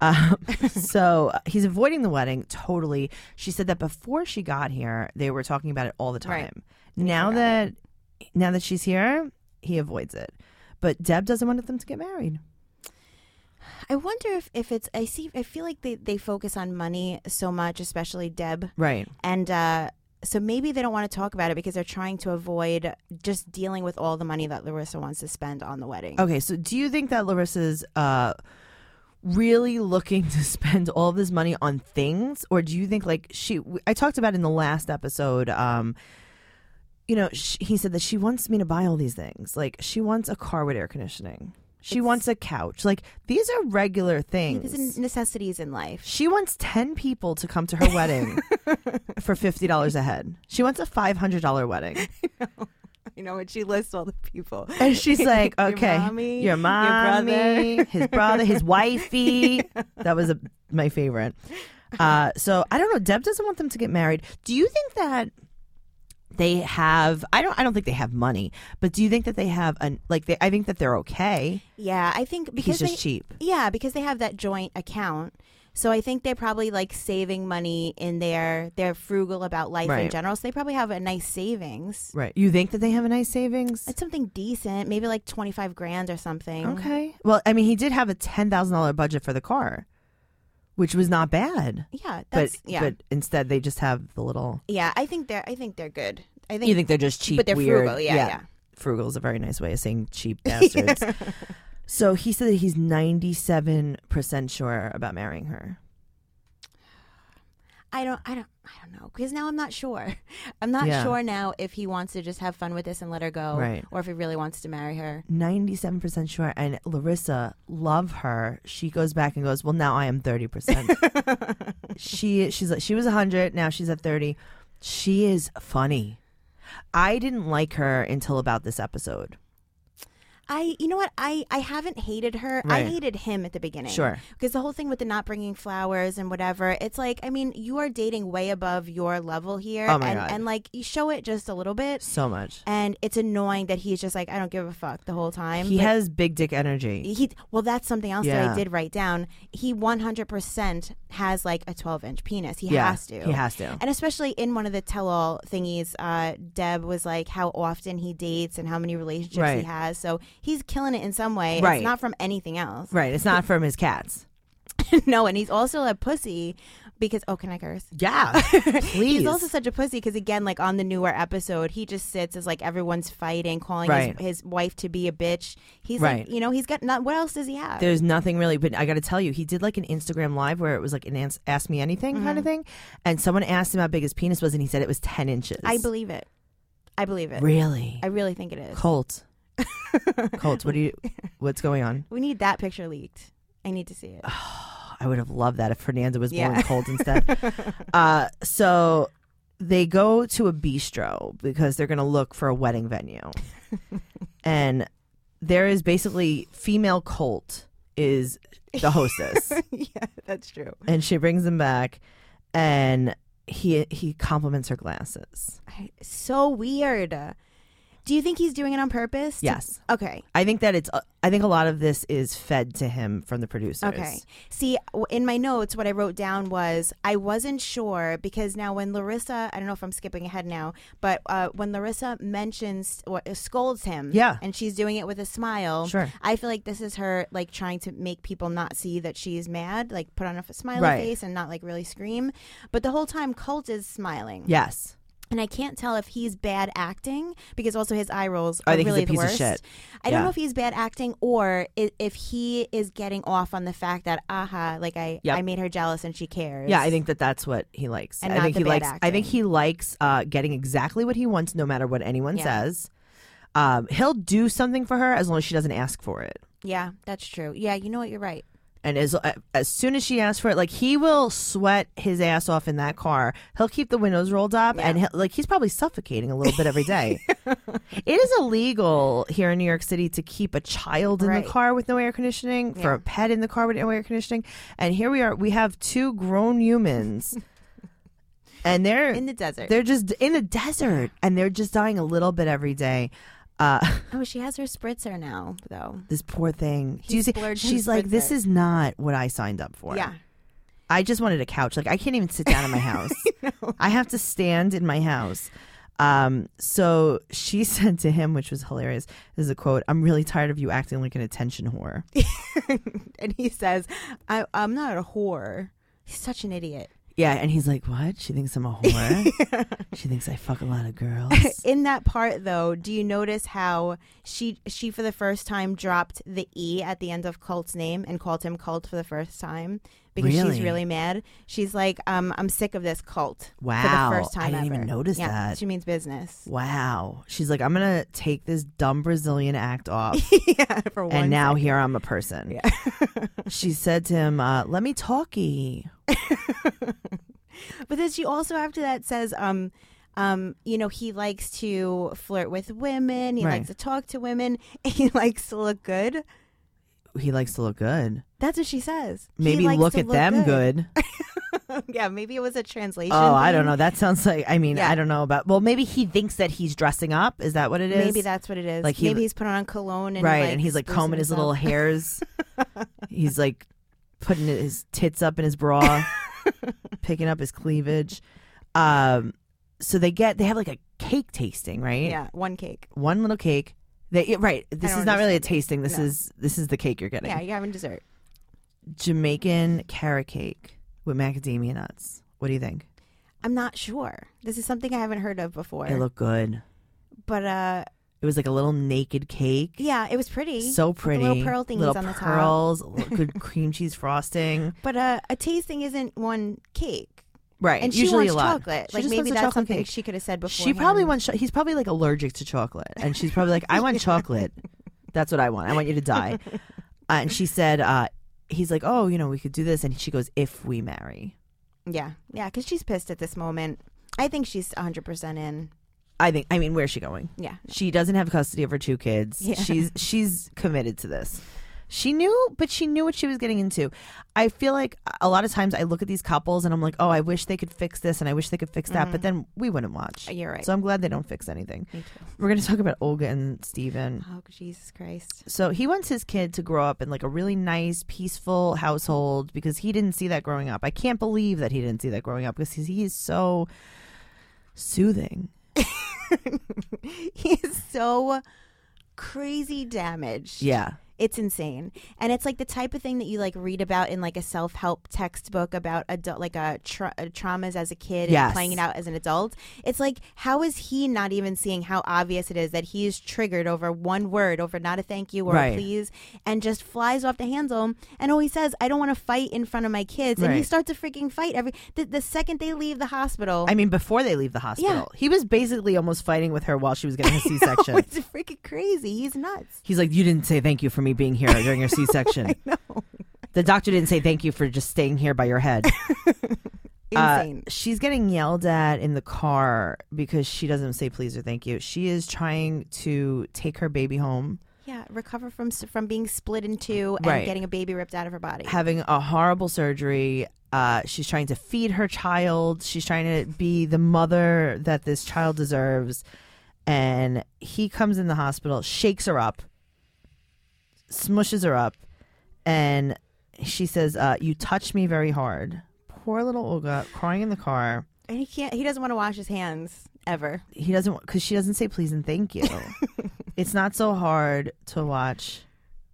Speaker 1: Um, so uh, he's avoiding the wedding totally. She said that before she got here, they were talking about it all the time.
Speaker 2: Right.
Speaker 1: Now
Speaker 2: forgot
Speaker 1: that now that she's here, he avoids it. But Deb doesn't want them to get married.
Speaker 2: I wonder if, if it's I see I feel like they, they focus on money so much, especially Deb,
Speaker 1: Right.
Speaker 2: and uh, so maybe they don't want to talk about it because they're trying to avoid just dealing with all the money that Larissa wants to spend on the wedding.
Speaker 1: Okay. So do you think that Larissa's uh, really looking [laughs] to spend all this money on things, or do you think like she? I talked about in the last episode. Um, you know, sh he said that she wants me to buy all these things. Like she wants a car with air conditioning. She
Speaker 2: It's-
Speaker 1: wants a couch. Like these are regular things.
Speaker 2: These are necessities
Speaker 1: [laughs]
Speaker 2: in life.
Speaker 1: She wants 10 people to come to her wedding for $50 a head. She wants a $500 wedding.
Speaker 2: You know, and she lists all the people.
Speaker 1: And she's like,
Speaker 2: [laughs] Your
Speaker 1: okay, your
Speaker 2: mommy, [laughs] your brother."
Speaker 1: mommy, his brother, his
Speaker 2: [laughs]
Speaker 1: wifey. That was a, my favorite. Uh, so I don't know. Deb doesn't want them to get married. Do you think that they have? I don't. I don't think they have money. But do you think that they have an like? They, I think that they're okay.
Speaker 2: Yeah, I think because
Speaker 1: He's just
Speaker 2: they,
Speaker 1: cheap.
Speaker 2: yeah, because they have that joint account. So I think they're probably like saving money in there. They're frugal about life in
Speaker 1: Right.
Speaker 2: general, so they probably have a nice savings.
Speaker 1: Right. You think that they have a nice savings?
Speaker 2: It's something decent, maybe like twenty five grand or something.
Speaker 1: Okay. Well, I mean, he did have a ten thousand dollar budget for the car, which was not bad.
Speaker 2: Yeah,
Speaker 1: But
Speaker 2: that's yeah,
Speaker 1: but instead they just have the little.
Speaker 2: yeah. I think they're I think they're good. I think,
Speaker 1: You think they're just cheap,
Speaker 2: but they're
Speaker 1: weird-
Speaker 2: frugal. Yeah, yeah.
Speaker 1: Frugal is a very nice way of saying
Speaker 2: [laughs]
Speaker 1: cheap bastards. So he said that he's ninety seven percent sure about marrying her.
Speaker 2: I don't, I don't, I don't know because now I'm not sure. [laughs] I'm not
Speaker 1: Yeah.
Speaker 2: sure now if he wants to just have fun with this and let her go,
Speaker 1: Right.
Speaker 2: or if he really wants to marry her.
Speaker 1: Ninety seven percent sure, and Larissa love her. She goes back and goes, "Well, now I am thirty
Speaker 2: [laughs]
Speaker 1: percent." She she's like she was hundred, now she's at thirty. She is funny. I didn't like her until about this episode.
Speaker 2: I, you know what? I, I haven't hated her.
Speaker 1: Right.
Speaker 2: I hated him at the beginning.
Speaker 1: Sure.
Speaker 2: Because the whole thing with the not bringing flowers and whatever, it's like, I mean, you are dating way above your level here.
Speaker 1: Oh, my
Speaker 2: and,
Speaker 1: God.
Speaker 2: and like, you show it just a little bit.
Speaker 1: So much.
Speaker 2: And it's annoying that he's just like, I don't give a fuck the E whole time.
Speaker 1: He
Speaker 2: But
Speaker 1: has big dick energy.
Speaker 2: He well, that's something else that
Speaker 1: Yeah.
Speaker 2: I did write down. He 100% has like a 12 inch penis. He
Speaker 1: yeah,
Speaker 2: has to.
Speaker 1: He has to.
Speaker 2: And especially in one of the tell all thingies, uh, Deb was like how often he dates and how many relationships
Speaker 1: Right.
Speaker 2: he has. So he's killing it in some way.
Speaker 1: Right.
Speaker 2: It's not from anything else.
Speaker 1: Right. It's not from his cats.
Speaker 2: [laughs] no, and he's also a pussy because, oh, can I curse?
Speaker 1: [laughs] Yeah. Please.
Speaker 2: He's also such a pussy because, again, like on the newer episode, he just sits as like everyone's fighting, calling
Speaker 1: Right.
Speaker 2: his, his wife to be a bitch. He's
Speaker 1: Right.
Speaker 2: like, you know, he's got not, what else does he have?
Speaker 1: There's nothing really, but I got to tell you, he did like an Instagram live where it was like an ans- ask me anything kind
Speaker 2: Mm-hmm.
Speaker 1: of thing. And someone asked him how big his penis was, and he said it was 10 inches.
Speaker 2: I believe it. I believe it.
Speaker 1: Really?
Speaker 2: I really think
Speaker 1: [laughs]
Speaker 2: it is.
Speaker 1: Colt. Colt, what do
Speaker 2: [laughs]
Speaker 1: you, what's going on?
Speaker 2: We need that picture leaked. I need to see it.
Speaker 1: I would have loved that if Fernanda was
Speaker 2: Yeah.
Speaker 1: born cold [laughs] instead. uh, so they go to a bistro because they're going to look for a wedding
Speaker 2: [laughs]
Speaker 1: venue. and there is basically female Colt is the
Speaker 2: [laughs]
Speaker 1: hostess
Speaker 2: [laughs] yeah, that's true.
Speaker 1: and she brings him back and he he compliments her glasses.
Speaker 2: I, so weird. Do you think he's doing it on purpose? to-
Speaker 1: Yes.
Speaker 2: Okay.
Speaker 1: I think that it's uh, I think a lot of this is fed to him from the producers.
Speaker 2: Okay. See, w- in my notes, what I wrote down was I wasn't sure because now when Larissa, I don't know if I'm skipping ahead now, but uh, when Larissa mentions what scolds him,
Speaker 1: Yeah.
Speaker 2: and she's doing it with a smile,
Speaker 1: Sure.
Speaker 2: I feel like this is her like trying to make people not see that she's mad, like put on a f- smiley
Speaker 1: Right.
Speaker 2: face and not like really scream. But the whole time, Colt is smiling.
Speaker 1: Yes.
Speaker 2: And I can't tell if he's bad acting because also his eye rolls
Speaker 1: I
Speaker 2: are
Speaker 1: think he's a
Speaker 2: really the
Speaker 1: piece of
Speaker 2: worst.
Speaker 1: shit.
Speaker 2: I don't
Speaker 1: Yeah.
Speaker 2: know if he's bad acting or i- if he is getting off on the fact that aha, like I,
Speaker 1: Yep.
Speaker 2: I made her jealous and she cares.
Speaker 1: Yeah, I think that that's what he likes.
Speaker 2: And
Speaker 1: I
Speaker 2: not
Speaker 1: think
Speaker 2: the
Speaker 1: he
Speaker 2: bad
Speaker 1: likes. I think
Speaker 2: acting.
Speaker 1: he likes uh, getting exactly what he wants, no matter what anyone
Speaker 2: Yeah.
Speaker 1: says. Um, he'll do something for her as long as she doesn't ask for it.
Speaker 2: Yeah, that's true. Yeah, you know what? You're right.
Speaker 1: And as uh, as soon as she asks for it, like he will sweat his ass off in that car. He'll keep the windows rolled up, and he'll, like he's probably suffocating a little bit every
Speaker 2: [laughs]
Speaker 1: day. it is illegal here in New York City to keep a child in
Speaker 2: Right.
Speaker 1: the car with no air conditioning, for a pet in the car with no air conditioning. And here we are. We have two grown humans,
Speaker 2: [laughs]
Speaker 1: and they're
Speaker 2: In the desert.
Speaker 1: they're just in the desert, and they're just dying a little bit every day. Uh, [laughs]
Speaker 2: oh, she has her spritzer now, though.
Speaker 1: this poor thing. Do
Speaker 2: He
Speaker 1: you see?
Speaker 2: splurged and
Speaker 1: She's like, this
Speaker 2: spritzer.
Speaker 1: is not what I signed up for.
Speaker 2: Yeah.
Speaker 1: I just wanted a couch. Like I can't even sit down in [laughs] my house. I, have to stand in my house. Um, so she [laughs] said to him, which was hilarious. This is a quote. I'm really tired of you acting like an attention whore.
Speaker 2: And he says, I, I'm not a whore. He's such an idiot.
Speaker 1: yeah, and he's like, what? She thinks I'm a whore. [laughs] she thinks I fuck a lot of [laughs] girls.
Speaker 2: [laughs] In that part, though, do you notice how she she for the first time dropped the e at the end of Cult's name and called him Cult for the first time because
Speaker 1: Really?
Speaker 2: she's really mad. She's like, um, "I'm sick of this Cult."
Speaker 1: Wow,
Speaker 2: for the first
Speaker 1: I
Speaker 2: time
Speaker 1: didn't even
Speaker 2: ever.
Speaker 1: notice
Speaker 2: Yeah,
Speaker 1: that.
Speaker 2: She
Speaker 1: [laughs]
Speaker 2: means business. [laughs]
Speaker 1: wow. She's like, I'm gonna take this dumb Brazilian act [laughs] off.
Speaker 2: yeah, for one.
Speaker 1: and now here I'm a person. she said to him, uh, "Let me talkie."
Speaker 2: second. but then she also after that says, um. Um, you know, he likes to flirt with women. He
Speaker 1: Right.
Speaker 2: likes to talk to women. [laughs] He likes to look good.
Speaker 1: He likes to look good.
Speaker 2: That's what she says. He
Speaker 1: Maybe
Speaker 2: likes
Speaker 1: look
Speaker 2: to
Speaker 1: at them good.
Speaker 2: [laughs] yeah, maybe it was a translation.
Speaker 1: Oh, I don't
Speaker 2: thing.
Speaker 1: know. That sounds like I mean,
Speaker 2: Yeah.
Speaker 1: I don't know about. Well, maybe he thinks that he's dressing up. Is that what it is?
Speaker 2: Maybe that's what it is.
Speaker 1: Like, he-
Speaker 2: maybe he's putting on cologne and
Speaker 1: right.
Speaker 2: like,
Speaker 1: and he's like
Speaker 2: sprucing
Speaker 1: combing his little
Speaker 2: [laughs] himself.
Speaker 1: hairs. he's like putting his tits up in his
Speaker 2: [laughs]
Speaker 1: bra, picking up his cleavage. Um, so they get they have like a cake tasting, right?
Speaker 2: Yeah, one cake.
Speaker 1: One little cake. They yeah, right. This
Speaker 2: don't
Speaker 1: is not really a
Speaker 2: understand.
Speaker 1: tasting. This
Speaker 2: No.
Speaker 1: is this is the cake you're getting.
Speaker 2: Yeah, you're having dessert.
Speaker 1: Jamaican carrot cake with macadamia nuts. What do you think?
Speaker 2: I'm not sure. This is something I haven't heard of before.
Speaker 1: It looked good.
Speaker 2: but uh,
Speaker 1: It was like a little naked cake.
Speaker 2: yeah, it was pretty.
Speaker 1: So
Speaker 2: the
Speaker 1: pretty.
Speaker 2: little pearl thingies
Speaker 1: Little
Speaker 2: on the top.
Speaker 1: pearls, little
Speaker 2: [laughs]
Speaker 1: good cream cheese frosting.
Speaker 2: but uh, a tasting isn't one cake.
Speaker 1: Right.
Speaker 2: And
Speaker 1: usually
Speaker 2: she
Speaker 1: a
Speaker 2: wants
Speaker 1: lot.
Speaker 2: chocolate.
Speaker 1: She
Speaker 2: like
Speaker 1: just
Speaker 2: maybe
Speaker 1: wants a
Speaker 2: that's
Speaker 1: chocolate
Speaker 2: something
Speaker 1: cake.
Speaker 2: she could have said before.
Speaker 1: She probably wants. Cho- he's probably like allergic to chocolate, and she's probably like,
Speaker 2: [laughs]
Speaker 1: "I want chocolate. That's what I want. I want you to die." Uh, and she said, uh, "He's like, oh, you know, we could do this." And she goes, "If we marry."
Speaker 2: Yeah, yeah, because she's pissed at this moment. I think she's 100 percent in.
Speaker 1: I think. I mean, where's she going?
Speaker 2: Yeah,
Speaker 1: She doesn't have custody of her two kids.
Speaker 2: Yeah.
Speaker 1: She's she's committed to this. She knew, but she knew what she was getting into. I feel like a lot of times I look at these couples and I'm like, oh, I wish they could fix this and I wish they could fix that, but then we wouldn't watch.
Speaker 2: you're Mm-hmm. right.
Speaker 1: So I'm glad they don't fix anything.
Speaker 2: Me too.
Speaker 1: We're going to talk about Olga and Steven.
Speaker 2: Oh Jesus
Speaker 1: [laughs]
Speaker 2: Christ!
Speaker 1: So he wants his kid to grow up in like a really nice, peaceful household because he didn't see that growing up. I can't believe that he didn't see that growing up because he's, he is so soothing.
Speaker 2: He is so crazy damaged.
Speaker 1: Yeah.
Speaker 2: It's insane. And it's like the type of thing that you like read about in like a self-help textbook about adult like a, tra- uh, traumas as a kid and
Speaker 1: Yes.
Speaker 2: playing it out as an adult. It's like how is he not even seeing how obvious it is that he is triggered over one word, over not a thank you or
Speaker 1: Right.
Speaker 2: a please and just flies off the handle and oh he says I don't want to fight in front of my kids and he
Speaker 1: Right.
Speaker 2: starts a freaking fight every the, the second they leave the hospital.
Speaker 1: I mean, before they leave the hospital, he was basically almost fighting with her while she was getting her C section.
Speaker 2: [laughs] it's freaking crazy. He's nuts.
Speaker 1: He's like, You didn't say thank you for me being here during your C section.
Speaker 2: No.
Speaker 1: The doctor didn't say thank you for just staying here by your head. Uh,
Speaker 2: Insane.
Speaker 1: she's getting yelled at in the car because she doesn't say please or thank you. She is trying to take her baby home,
Speaker 2: Yeah, recover from s- from being split in two and
Speaker 1: Right.
Speaker 2: getting a baby ripped out of her body.
Speaker 1: having a horrible surgery. Uh, she's trying to feed her child. She's trying to be the mother that this child deserves. And he comes in the hospital, shakes her up, smushes her up, and she says, uh, You touched me very hard. Poor little Olga crying in the car.
Speaker 2: And he can't. He doesn't want to wash his hands ever.
Speaker 1: he doesn't because she doesn't say please and thank you. it's not so hard to watch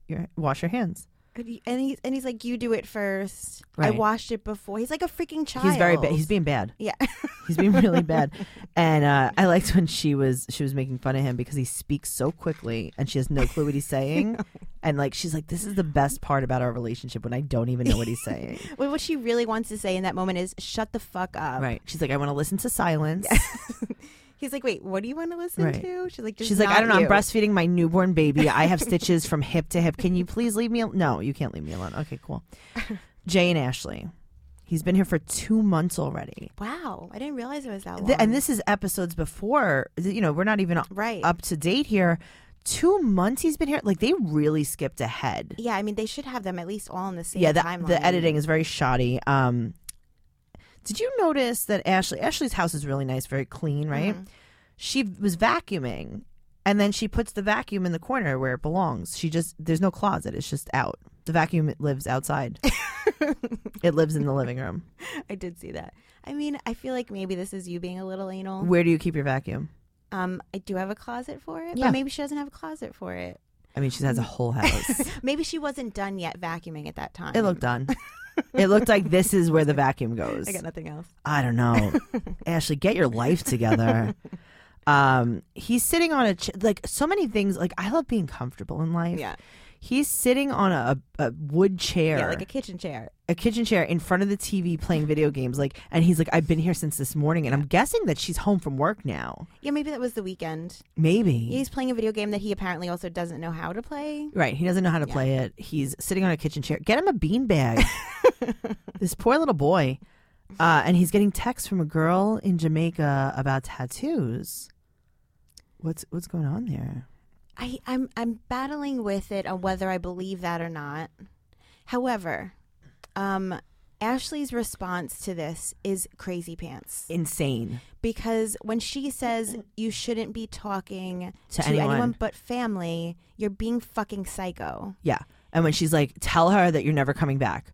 Speaker 1: your wash your hands.
Speaker 2: And he- And he's and he's like, you do it first. I
Speaker 1: Right.
Speaker 2: washed it before. He's like a freaking child.
Speaker 1: He's very bad. He's being bad.
Speaker 2: yeah.
Speaker 1: [laughs] He's being really
Speaker 2: [laughs]
Speaker 1: bad. And uh, I liked when she was she was making fun of him because he speaks so quickly and she has no clue
Speaker 2: [laughs]
Speaker 1: what he's saying. and like she's like, this is the best part about our relationship when I don't even know what he's
Speaker 2: [laughs]
Speaker 1: saying.
Speaker 2: Well, what she really wants to say in that moment is, shut the fuck up.
Speaker 1: right. Um, She's like, I want to listen to silence.
Speaker 2: He's like, wait, what do you want to listen
Speaker 1: Right.
Speaker 2: to? She's like, just
Speaker 1: She's like, I
Speaker 2: not
Speaker 1: don't know.
Speaker 2: you."
Speaker 1: I'm breastfeeding my newborn baby. I
Speaker 2: [laughs]
Speaker 1: have stitches from hip to hip. Can you please leave me? Al- no, you can't leave me alone. Okay,
Speaker 2: [laughs]
Speaker 1: cool. Jay and Ashley. He's been here for two months already.
Speaker 2: Wow, I didn't realize it was that long.
Speaker 1: Th- and this is episodes before. You know, we're not even
Speaker 2: right?
Speaker 1: up to date here. Two months he's been here. Like they really skipped ahead.
Speaker 2: yeah, I mean, they should have them at least all in the same
Speaker 1: yeah, the,
Speaker 2: timeline.
Speaker 1: the editing is very shoddy. Um, did you notice that Ashley Ashley's house is really nice, very clean, right?
Speaker 2: Mm-hmm.
Speaker 1: She was vacuuming, and then she puts the vacuum in the corner where it belongs. She just there's no closet; it's just out. The vacuum lives
Speaker 2: [laughs]
Speaker 1: outside. it lives in the living room.
Speaker 2: [laughs] I did see that. I mean, I feel like maybe this is you being a little anal.
Speaker 1: Where do you keep your vacuum?
Speaker 2: Um, I do have a closet for it,
Speaker 1: Yeah.
Speaker 2: but maybe she doesn't have a closet for it.
Speaker 1: I mean, she has a whole
Speaker 2: [laughs]
Speaker 1: house.
Speaker 2: Maybe she wasn't done yet vacuuming at that time.
Speaker 1: it looked done. It looked like this is where the vacuum goes.
Speaker 2: I got nothing else.
Speaker 1: I don't
Speaker 2: [laughs]
Speaker 1: know. Ashley, get your life together. um, he's sitting on a ch- like so many things. Like I love being comfortable in life.
Speaker 2: Yeah,
Speaker 1: He's sitting on a, a wood chair,
Speaker 2: yeah, like a kitchen chair.
Speaker 1: a kitchen chair in front of the TV playing video games. Like, and he's like, I've been here since this morning, and I'm guessing that she's home from work now.
Speaker 2: Yeah, maybe that was the weekend.
Speaker 1: Maybe
Speaker 2: He's playing a video game that he apparently also doesn't know how to play.
Speaker 1: Right. He doesn't know how to play it. He's sitting on a kitchen chair. Get him a [laughs] beanbag. this poor little boy. Uh, and he's getting texts from a girl in Jamaica about tattoos. What's what's going on there?
Speaker 2: I, I'm I'm battling with it on whether I believe that or not. However, um, Ashley's response to this is crazy pants
Speaker 1: Insane.
Speaker 2: because when she says you shouldn't be talking
Speaker 1: To
Speaker 2: to,
Speaker 1: anyone.
Speaker 2: anyone. but family, you're being fucking psycho.
Speaker 1: Yeah. And when she's like, tell her that you're never coming back.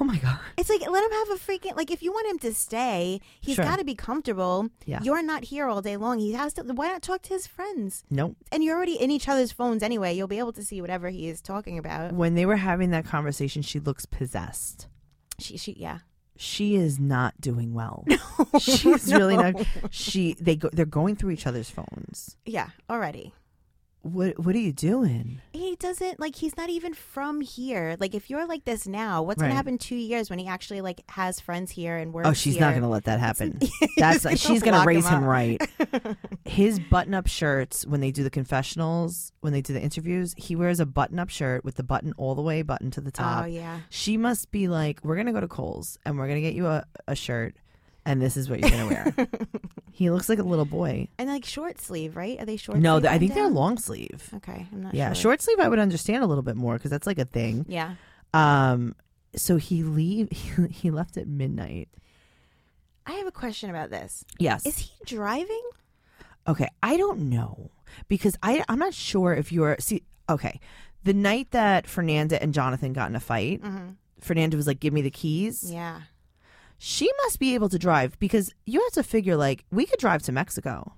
Speaker 1: Oh my god.
Speaker 2: It's like let him have a freaking like if you want him to stay, he's
Speaker 1: Sure.
Speaker 2: got to be comfortable.
Speaker 1: Yeah.
Speaker 2: You're not here all day long. He has to. Why not talk to his friends?
Speaker 1: Nope.
Speaker 2: And you're already in each other's phones anyway. You'll be able to see whatever he is talking about.
Speaker 1: When they were having that conversation, she looks possessed.
Speaker 2: She she yeah.
Speaker 1: She is not doing [laughs] well. She's really [laughs] not. She they go, they're going through each other's phones.
Speaker 2: Yeah, already.
Speaker 1: What what are you doing?
Speaker 2: He doesn't like he's not even from here. Like if you're like this now, what's
Speaker 1: Right.
Speaker 2: gonna happen in two years when he actually like has friends here and works?
Speaker 1: Oh, she's not
Speaker 2: here?
Speaker 1: going to let that
Speaker 2: [laughs]
Speaker 1: happen. That's
Speaker 2: gonna
Speaker 1: she's going to
Speaker 2: lock
Speaker 1: raise him,
Speaker 2: him up.
Speaker 1: right.
Speaker 2: [laughs]
Speaker 1: His button-up shirts when they do the confessionals, when they do the interviews, he wears a button-up shirt with the button all the way button to the top.
Speaker 2: Oh yeah.
Speaker 1: She must be like, "We're going to go to Kohl's and we're going to get you a, a shirt and this is what you're going to
Speaker 2: [laughs]
Speaker 1: wear." he looks like a little boy.
Speaker 2: And like short sleeve, right? Are they short?
Speaker 1: No,
Speaker 2: sleeve
Speaker 1: th- I
Speaker 2: up
Speaker 1: think
Speaker 2: and
Speaker 1: they're
Speaker 2: down?
Speaker 1: long sleeve.
Speaker 2: Okay, I'm not.
Speaker 1: Yeah,
Speaker 2: sure.
Speaker 1: short sleeve I would understand a little bit more cuz that's like a thing.
Speaker 2: Yeah,
Speaker 1: Um so he leave [laughs] he left at midnight.
Speaker 2: I have a question about this.
Speaker 1: Yes.
Speaker 2: Is he driving?
Speaker 1: Okay, I don't know because I I'm not sure if you're see. Okay, the night that Fernanda and Jonathan got in a fight, Fernanda was like, "Give me the keys."
Speaker 2: Mm-hmm. Yeah.
Speaker 1: She must be able to drive because you have to figure like we could drive to Mexico,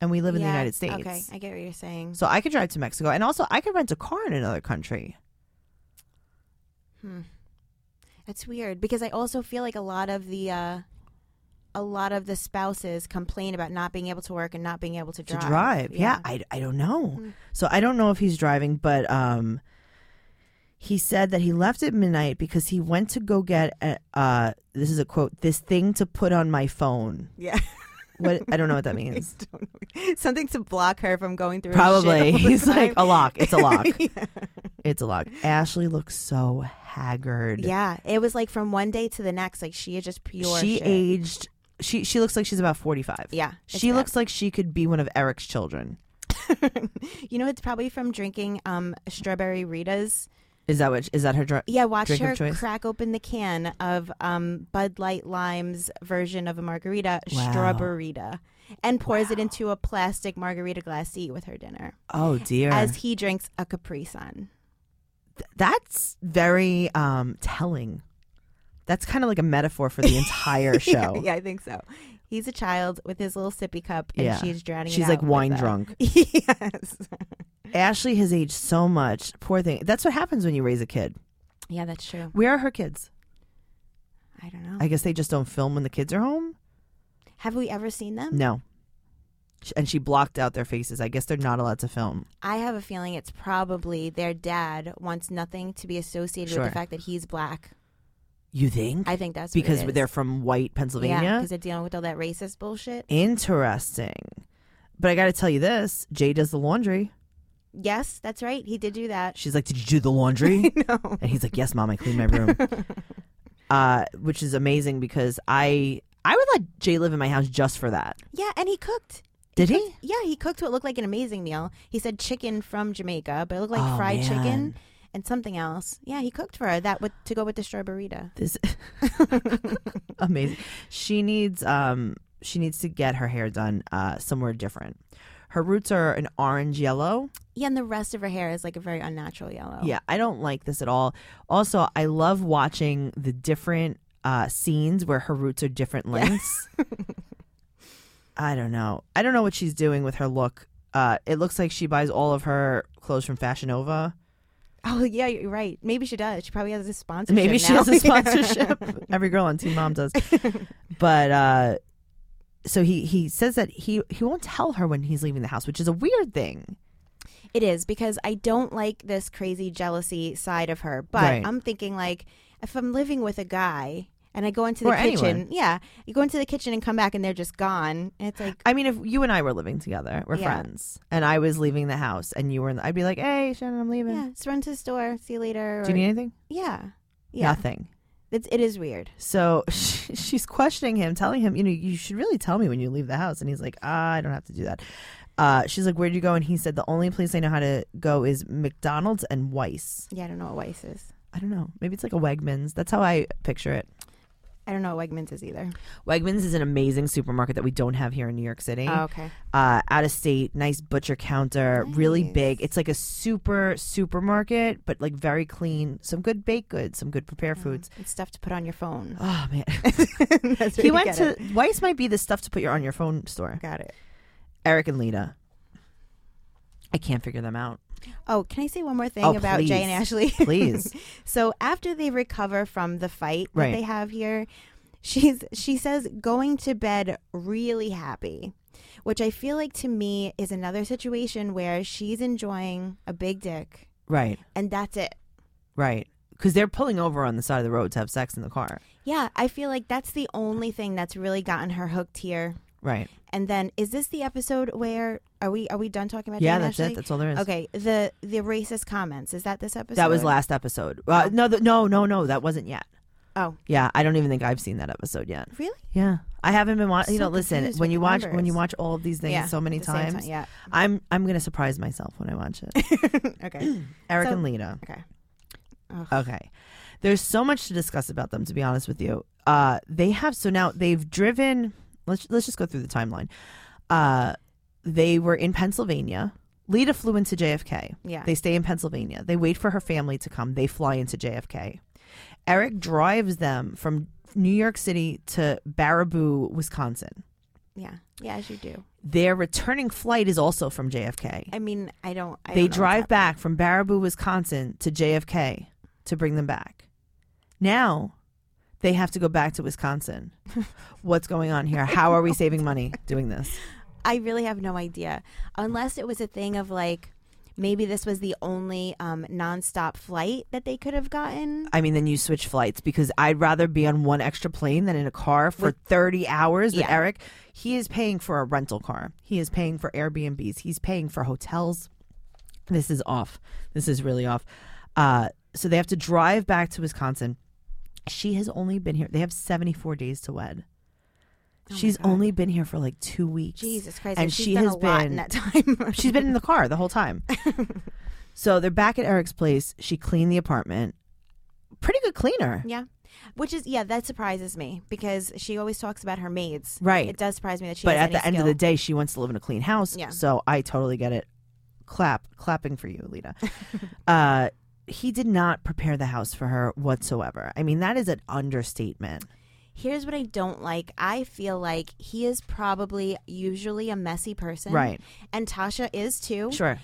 Speaker 1: and we live in
Speaker 2: Yeah,
Speaker 1: the United States.
Speaker 2: Okay, I get what you're saying.
Speaker 1: So I could drive to Mexico, and also I could rent a car in another country.
Speaker 2: That's weird because I also feel like a lot of the. uh a lot of the spouses complain about not being able to work and not being able to drive. Mm-hmm.
Speaker 1: to drive. Yeah, I, I don't know. So I don't know if he's driving, but um, he said that he left at midnight because he went to go get a, uh, this is a quote this thing to put on my phone.
Speaker 2: Yeah.
Speaker 1: What I don't know what
Speaker 2: [laughs]
Speaker 1: that means.
Speaker 2: [laughs] something to block her from going through.
Speaker 1: Probably
Speaker 2: shit all the
Speaker 1: [laughs] he's like "Oh." a
Speaker 2: time.
Speaker 1: lock. It's a
Speaker 2: [laughs]
Speaker 1: lock. It's a lock. Ashley looks so haggard.
Speaker 2: yeah. It was like from one day to the next, like she is just pure.
Speaker 1: she
Speaker 2: shit.
Speaker 1: aged. She she looks like she's about forty five.
Speaker 2: Yeah, it's
Speaker 1: she
Speaker 2: bad.
Speaker 1: looks like she could be one of Eric's children.
Speaker 2: [laughs] You know, it's probably from drinking um strawberry Ritas.
Speaker 1: Is that what is that her? Dr-
Speaker 2: Yeah, watch
Speaker 1: Drink of
Speaker 2: her
Speaker 1: choice?
Speaker 2: crack open the can of um Bud Light Lime's version of a margarita,
Speaker 1: Wow.
Speaker 2: strawberryta, and pours it into a plastic margarita glass to eat with her dinner
Speaker 1: Oh dear.
Speaker 2: as he drinks a Capri Sun. [laughs]
Speaker 1: that's very um telling that's kind of like a metaphor
Speaker 2: [laughs]
Speaker 1: for the entire show
Speaker 2: yeah, I think so. He's a child with his little sippy cup, and
Speaker 1: Yeah.
Speaker 2: she's drowning. it
Speaker 1: she's
Speaker 2: out
Speaker 1: like
Speaker 2: with
Speaker 1: wine
Speaker 2: a-
Speaker 1: drunk
Speaker 2: [laughs] yes.
Speaker 1: Ashley has aged so much. Poor thing. That's what happens when you raise a kid.
Speaker 2: Yeah, that's true.
Speaker 1: Where are her kids?
Speaker 2: I don't know.
Speaker 1: I guess they just don't film when the kids are home?
Speaker 2: Have we ever seen them?
Speaker 1: No. Sh- And she blocked out their faces. I guess they're not allowed to film.
Speaker 2: I have a feeling it's probably their dad wants nothing to be associated with
Speaker 1: Sure.
Speaker 2: the fact that he's black.
Speaker 1: You think?
Speaker 2: I think that's what it
Speaker 1: because
Speaker 2: is.
Speaker 1: they're from white Pennsylvania?
Speaker 2: Yeah, because they're dealing with all that racist bullshit.
Speaker 1: Interesting. But I got to tell you this Jay does the laundry.
Speaker 2: Yes, that's right. He did do that.
Speaker 1: She's like, Did you do the [laughs] laundry?
Speaker 2: No.
Speaker 1: and he's like, Yes, mom, I cleaned my [laughs] room. uh, which is amazing because I. I would let Jay live in my house just for that.
Speaker 2: Yeah, and he cooked.
Speaker 1: Did he?
Speaker 2: cooked- Yeah, he cooked what looked like an amazing meal. He said chicken from Jamaica, but it looked like
Speaker 1: Oh,
Speaker 2: fried
Speaker 1: man.
Speaker 2: chicken and something else. Yeah, he cooked for her that with, to go with the strawberrita.
Speaker 1: This
Speaker 2: [laughs]
Speaker 1: [laughs] amazing. She needs um she needs to get her hair done uh somewhere different. Her roots are an orange yellow.
Speaker 2: Yeah, and the rest of her hair is like a very unnatural yellow.
Speaker 1: Yeah, I don't like this at all. Also, I love watching the different uh scenes where her roots are different
Speaker 2: [laughs]
Speaker 1: lengths. I don't know. I don't know what she's doing with her look. Uh it looks like she buys all of her clothes from Fashion Nova.
Speaker 2: Oh yeah, you're right. Maybe she does. She probably has a sponsorship.
Speaker 1: Maybe she
Speaker 2: now. [laughs]
Speaker 1: has a sponsorship. Every girl on Team Mom does. But uh so he he says that he he won't tell her when he's leaving the house, which is a weird thing.
Speaker 2: It is because I don't like this crazy jealousy side of her. But
Speaker 1: Right.
Speaker 2: I'm thinking like if I'm living with a guy and I go into the
Speaker 1: Or
Speaker 2: kitchen,
Speaker 1: anyone.
Speaker 2: yeah, you go into the kitchen and come back and they're just gone. And it's
Speaker 1: [sighs]
Speaker 2: like
Speaker 1: I mean, if you and I were living together, we're
Speaker 2: Yeah.
Speaker 1: friends, and I was leaving the house, and you were, in the, I'd be like, "Hey, Shannon, I'm leaving.
Speaker 2: yeah, just run to the store. See you later.
Speaker 1: Do you
Speaker 2: or-
Speaker 1: need anything?
Speaker 2: yeah, yeah.
Speaker 1: Nothing."
Speaker 2: It's it is weird.
Speaker 1: So [laughs] she, she's questioning him, telling him, "You know, you should really tell me when you leave the house." And he's like, ah, "I don't have to do that." Uh, she's like, "Where'd you go?" And he said, "The only place I know how to go is McDonald's and Weiss."
Speaker 2: Yeah, I don't know what Weiss is.
Speaker 1: I don't know. Maybe it's like a Wegmans. That's how I picture it.
Speaker 2: I don't know what Wegmans is either.
Speaker 1: Wegmans is an amazing supermarket that we don't have here in New York City.
Speaker 2: Oh, okay.
Speaker 1: Uh, out of state, nice butcher counter, really
Speaker 2: Nice.
Speaker 1: big. It's like a super supermarket, but like very clean. Some good baked goods, some good
Speaker 2: Oh.
Speaker 1: prepared foods.
Speaker 2: It's stuff to put on your
Speaker 1: [laughs]
Speaker 2: phone.
Speaker 1: Oh man,
Speaker 2: That's where
Speaker 1: he
Speaker 2: you
Speaker 1: went
Speaker 2: get
Speaker 1: to
Speaker 2: it.
Speaker 1: Weiss. Might be the stuff to put your on your phone store.
Speaker 2: Got it.
Speaker 1: Eric and Lita. I can't figure them out.
Speaker 2: Oh, can I say one more thing
Speaker 1: Oh,
Speaker 2: about Jay and
Speaker 1: please.
Speaker 2: Ashley? [laughs]
Speaker 1: Please,
Speaker 2: So after they recover from the fight
Speaker 1: Right.
Speaker 2: that they have here, she's she says going to bed really happy, which I feel like to me is another situation where she's enjoying a big dick
Speaker 1: right,
Speaker 2: and that's it.
Speaker 1: right, because they're pulling over on the side of the road to have sex in the car.
Speaker 2: Yeah, I feel like that's the only thing that's really gotten her hooked here.
Speaker 1: Right.
Speaker 2: And then is this the episode where are we are we done talking about
Speaker 1: yeah,
Speaker 2: Jane
Speaker 1: that's
Speaker 2: Ashley?
Speaker 1: it. That's all there is.
Speaker 2: Okay, the the racist comments. Is that this episode?
Speaker 1: That was last episode. Uh,
Speaker 2: Oh.
Speaker 1: no, th- no, no, no. That wasn't yet.
Speaker 2: Oh,
Speaker 1: Yeah, I don't even think I've seen that episode yet.
Speaker 2: really?
Speaker 1: Yeah, I haven't been watching. You
Speaker 2: So
Speaker 1: know, listen,
Speaker 2: confused
Speaker 1: when
Speaker 2: with
Speaker 1: you
Speaker 2: the
Speaker 1: watch when
Speaker 2: numbers.
Speaker 1: you watch all of these things
Speaker 2: Yeah,
Speaker 1: so many
Speaker 2: the same
Speaker 1: times,
Speaker 2: time, Yeah. [laughs]
Speaker 1: I'm I'm gonna surprise myself when I watch it.
Speaker 2: okay.
Speaker 1: Eric
Speaker 2: So-
Speaker 1: and Lita.
Speaker 2: Okay.
Speaker 1: Okay, there's so much to discuss about them. To be honest with you, uh, they have so now they've driven. Let's let's just go through the timeline. Uh, they were in Pennsylvania. Lita flew into JFK.
Speaker 2: Yeah.
Speaker 1: They stay in Pennsylvania. They wait for her family to come. They fly into JFK. Eric drives them from New York City to Baraboo, Wisconsin.
Speaker 2: Yeah, yeah, as you do.
Speaker 1: Their returning flight is also from JFK.
Speaker 2: I mean, I don't.
Speaker 1: They
Speaker 2: I don't know what's
Speaker 1: drive
Speaker 2: happening.
Speaker 1: back from Baraboo, Wisconsin to JFK to bring them back. Now they have to go back to
Speaker 2: [laughs]
Speaker 1: Wisconsin. What's going on here? How are we saving money doing this?
Speaker 2: I really have no idea, unless it was a thing of like, maybe this was the only um, nonstop flight that they could have gotten.
Speaker 1: I mean, then you switch flights because I'd rather be on one extra plane than in a car for 30 hours with
Speaker 2: Yeah.
Speaker 1: Eric. He is paying for a rental car, he is paying for Airbnbs, he's paying for hotels. This is off. This is really off. Uh, so they have to drive back to Wisconsin. She has only been here, they have 74 days to wed. She's only been here for like two weeks.
Speaker 2: Oh Jesus Christ!
Speaker 1: And
Speaker 2: she's
Speaker 1: she
Speaker 2: done
Speaker 1: has
Speaker 2: a lot
Speaker 1: been-
Speaker 2: in that [laughs] time.
Speaker 1: She's been in the car the whole time. so they're back at Eric's place. She cleaned the apartment. Pretty good cleaner.
Speaker 2: [laughs] yeah, which is yeah, that surprises me because she always talks about her maids.
Speaker 1: Right.
Speaker 2: It does surprise me that she.
Speaker 1: but
Speaker 2: has
Speaker 1: at the
Speaker 2: any
Speaker 1: end of
Speaker 2: skill.
Speaker 1: the day, she wants to live in a clean house.
Speaker 2: Yeah.
Speaker 1: So I totally get it. Clap, clapping for you,
Speaker 2: [laughs]
Speaker 1: Lita. uh, he did not prepare the house for her whatsoever. I mean, that is an understatement.
Speaker 2: Here's what I don't like. I feel like he is probably usually a messy person,
Speaker 1: Right.
Speaker 2: And Tasha is too.
Speaker 1: Sure.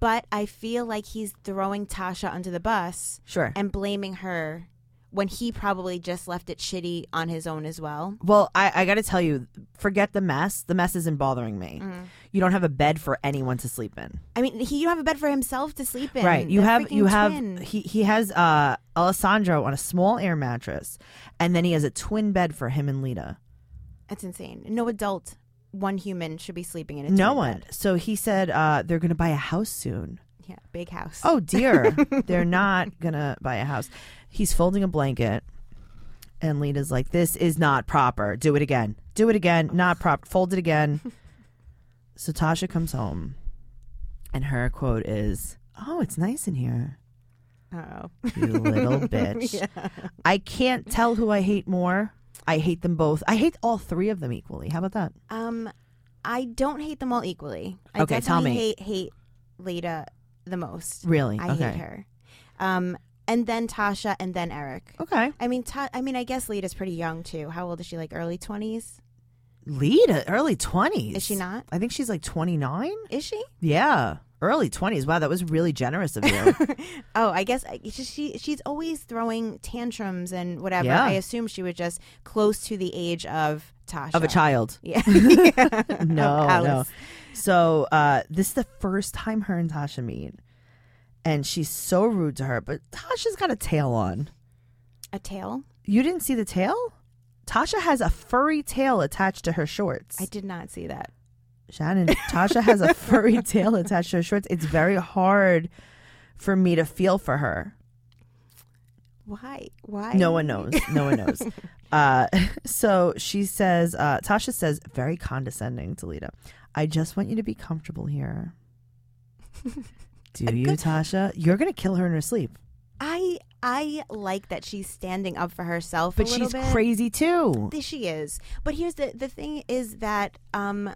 Speaker 2: but I feel like he's throwing Tasha under the bus
Speaker 1: Sure.
Speaker 2: and blaming her when he probably just left it shitty on his own as well.
Speaker 1: Well, I, I got to tell you, forget the mess. The mess isn't bothering me.
Speaker 2: Mm.
Speaker 1: You don't have a bed for anyone to sleep in,
Speaker 2: I mean, he you have a bed for himself to sleep in.
Speaker 1: right? You
Speaker 2: The
Speaker 1: have
Speaker 2: freaking
Speaker 1: you have
Speaker 2: twin.
Speaker 1: he he has uh Alessandro on a small air mattress, and then he has a twin bed for him and Lita.
Speaker 2: That's insane. No adult, one human should be sleeping in a
Speaker 1: No
Speaker 2: twin
Speaker 1: one.
Speaker 2: bed.
Speaker 1: So he said uh they're gonna buy a house soon.
Speaker 2: Yeah, big house.
Speaker 1: Oh dear, [laughs] they're not gonna buy a house. He's folding a blanket, and Lita's like, "This is not proper. Do it again. Do it again. Not proper. Fold it [laughs] again." so Tasha comes home, and her quote is, "Oh, it's nice in here,
Speaker 2: oh,
Speaker 1: [laughs] you little
Speaker 2: [laughs]
Speaker 1: bitch. I can't tell who I hate more." I hate them both. I hate all three of them equally. How about that?
Speaker 2: um, I don't hate them all equally. I
Speaker 1: Okay, tell
Speaker 2: definitely
Speaker 1: me.
Speaker 2: Hate hate Lita the most.
Speaker 1: Really?
Speaker 2: I
Speaker 1: okay.
Speaker 2: hate her. Um, and then Tasha, and then Eric.
Speaker 1: Okay.
Speaker 2: I mean, ta- I mean, I guess Lita's pretty young too. How old is she? Like early twenties?
Speaker 1: Lita, early 20s.
Speaker 2: Is she not?
Speaker 1: I think she's like 29.
Speaker 2: Is she?
Speaker 1: Yeah, early twenties. Wow, that was really generous of you.
Speaker 2: Oh, I guess I- she, she she's always throwing tantrums and whatever.
Speaker 1: Yeah.
Speaker 2: I assume she was just close to the age of Tasha
Speaker 1: of a child.
Speaker 2: [laughs] Yeah.
Speaker 1: [laughs] No,
Speaker 2: Of
Speaker 1: no.
Speaker 2: Alice.
Speaker 1: So uh, this is the first time her and Tasha meet, and she's so rude to her. But Tasha's got a tail on.
Speaker 2: A tail?
Speaker 1: You didn't see the tail? Tasha has a furry tail attached to her shorts.
Speaker 2: I did not see that.
Speaker 1: Shannon, Tasha has a furry tail attached to her shorts. It's very hard for me to feel for her.
Speaker 2: Why? Why?
Speaker 1: No one knows. No one knows. uh, [laughs] so she says, uh, Tasha says, very condescending to Lita, I just want you to be comfortable
Speaker 2: [laughs]
Speaker 1: here. Do you,
Speaker 2: good-
Speaker 1: Tasha? You're going to kill her in her sleep.
Speaker 2: [laughs] I I like that she's standing up for herself.
Speaker 1: But
Speaker 2: a little
Speaker 1: she's
Speaker 2: bit.
Speaker 1: crazy too.
Speaker 2: This she is. But here's the the thing is that um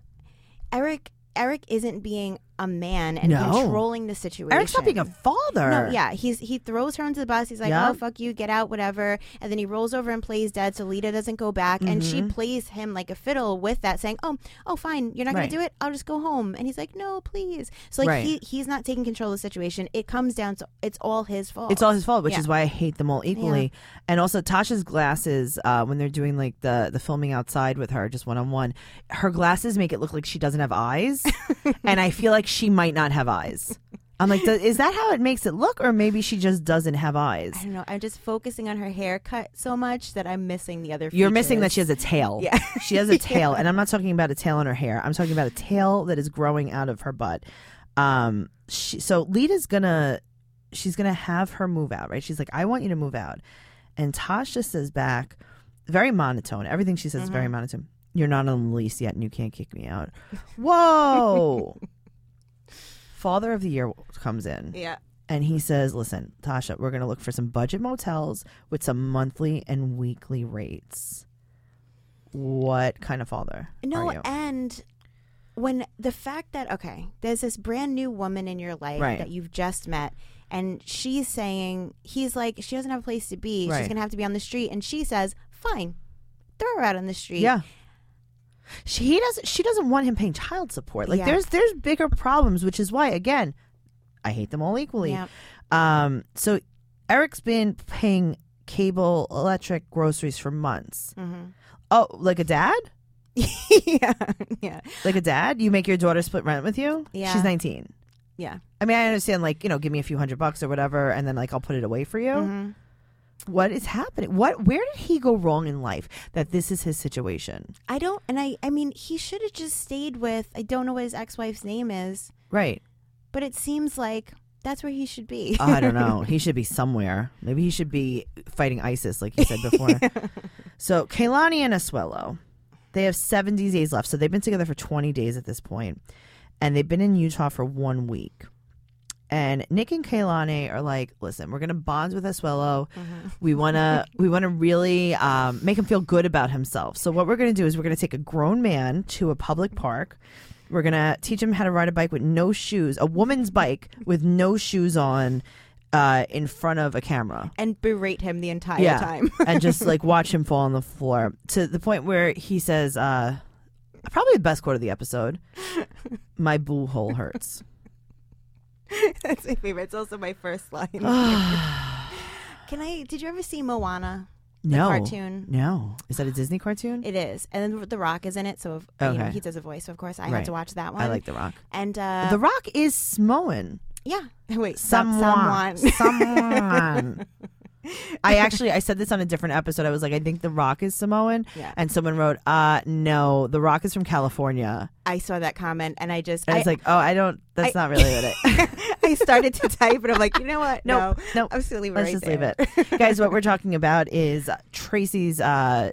Speaker 2: Eric Eric isn't being a man and
Speaker 1: No.
Speaker 2: controlling the situation.
Speaker 1: Eric's not being a father.
Speaker 2: No, yeah, he's he throws her under the bus. He's like,
Speaker 1: Yeah.
Speaker 2: "Oh fuck you, get out, whatever." And then he rolls over and plays dead, so Lita doesn't go back, and
Speaker 1: Mm-hmm.
Speaker 2: she plays him like a fiddle with that, saying, "Oh, oh, fine, you're not
Speaker 1: Right.
Speaker 2: gonna do it. I'll just go home." And he's like, "No, please." So like
Speaker 1: Right.
Speaker 2: he he's not taking control of the situation. It comes down to it's all his fault.
Speaker 1: It's all his fault, which
Speaker 2: Yeah.
Speaker 1: is why I hate them all equally. And also, Tasha's glasses uh, when they're doing like the the filming outside with her, just one on one, her glasses make it look like she doesn't have eyes, and I feel like she might not have eyes. I'm like, "Th- is that how it makes it look, or maybe she just doesn't have eyes?
Speaker 2: I don't know. I'm just focusing on her haircut so much that I'm missing the other.
Speaker 1: You're missing
Speaker 2: features.
Speaker 1: that she has a tail.
Speaker 2: [laughs] Yeah.
Speaker 1: [laughs] she has a tail, and I'm not talking about a tail on her hair. I'm talking about a tail that is growing out of her butt. Um, she, so Lita's gonna, she's gonna have her move out, right? She's like, I want you to move out, and Tasha says back, very monotone. Everything she says is
Speaker 2: Mm-hmm.
Speaker 1: very monotone. You're not on the lease yet, and you can't kick me out.
Speaker 2: [laughs]
Speaker 1: Whoa. Father of the year comes in
Speaker 2: Yeah.
Speaker 1: and
Speaker 2: Mm-hmm.
Speaker 1: he says, "Listen, Tasha, we're going to look for some budget motels with some monthly and weekly rates." What kind of father
Speaker 2: No,
Speaker 1: are you?
Speaker 2: and when the fact that okay, there's this brand new woman in your life
Speaker 1: Right.
Speaker 2: that you've just met, and she's saying he's like she doesn't have a place to be.
Speaker 1: Right.
Speaker 2: She's gonna have to be on the street, and she says, "Fine, throw her out on the street."
Speaker 1: yeah. She he doesn't. She doesn't want him paying child support. Like
Speaker 2: Yeah.
Speaker 1: there's there's bigger problems, which is why again, I hate them all equally.
Speaker 2: Yeah.
Speaker 1: Um. So Eric's been paying cable, electric, groceries for months.
Speaker 2: hmm
Speaker 1: Oh, like a dad?
Speaker 2: [laughs] yeah, yeah,
Speaker 1: Like a dad? You make your daughter split rent with you?
Speaker 2: Yeah.
Speaker 1: She's 19.
Speaker 2: yeah.
Speaker 1: I mean, I understand, like, you know, give me a few hundred bucks or whatever, and then, like, I'll put it away for you.
Speaker 2: Mhm.
Speaker 1: What is happening? What, where did he go wrong in life that this is his situation?
Speaker 2: I don't, and I, I mean, he should have just stayed with. I don't know what his ex-wife's name is,
Speaker 1: Right.
Speaker 2: but it seems like that's where he should be.
Speaker 1: I
Speaker 2: [laughs]
Speaker 1: don't know. he should be somewhere. Maybe he should be fighting ISIS, like you said before. So, Kaylani and Asuelo, they have 70 days left. So, they've been together for 20 days at this point, and they've been in Utah for one week. And Nick and Kaylani are like, listen, we're gonna bond with Asuelo. We wanna we wanna really um, make him feel good about himself. So what we're gonna do is we're gonna take a grown man to a public park. We're gonna teach him how to ride a bike with no shoes, a woman's bike with no shoes on, uh, in front of a camera
Speaker 2: [laughs] and berate him the entire time. [laughs]
Speaker 1: and just like watch him fall on the floor to the point where he says, uh,
Speaker 2: [laughs]
Speaker 1: [sighs] probably the best quote of the episode, my boo hole hurts.
Speaker 2: [laughs] That's my favorite. It's also my first line. Can I? Did you ever see Moana? The
Speaker 1: no
Speaker 2: cartoon.
Speaker 1: No, is that a Disney cartoon?
Speaker 2: It is, and then The Rock is in it, so of you know,
Speaker 1: Okay.
Speaker 2: he does a voice. So of course, I
Speaker 1: Right.
Speaker 2: had to watch that one.
Speaker 1: I like The Rock.
Speaker 2: and uh,
Speaker 1: the Rock is Samoan.
Speaker 2: yeah, [laughs] wait, some,
Speaker 1: Someone.
Speaker 2: someone. [laughs]
Speaker 1: Someone. I actually I said this on a different episode. I was like, I think The Rock is Samoan,
Speaker 2: yeah,
Speaker 1: and someone wrote, "Uh, no, The Rock is from California."
Speaker 2: I saw that comment, and I just
Speaker 1: And
Speaker 2: I, [laughs]
Speaker 1: it's like, oh, I don't. That's
Speaker 2: I-
Speaker 1: not really what it.
Speaker 2: I started to type, and I'm like, you know what?
Speaker 1: Nope,
Speaker 2: [laughs] no, [laughs]
Speaker 1: nope.
Speaker 2: I'm just gonna leave it.
Speaker 1: Let's
Speaker 2: right
Speaker 1: just leave
Speaker 2: there. [laughs]
Speaker 1: it, guys. What we're talking about is Tracy's uh,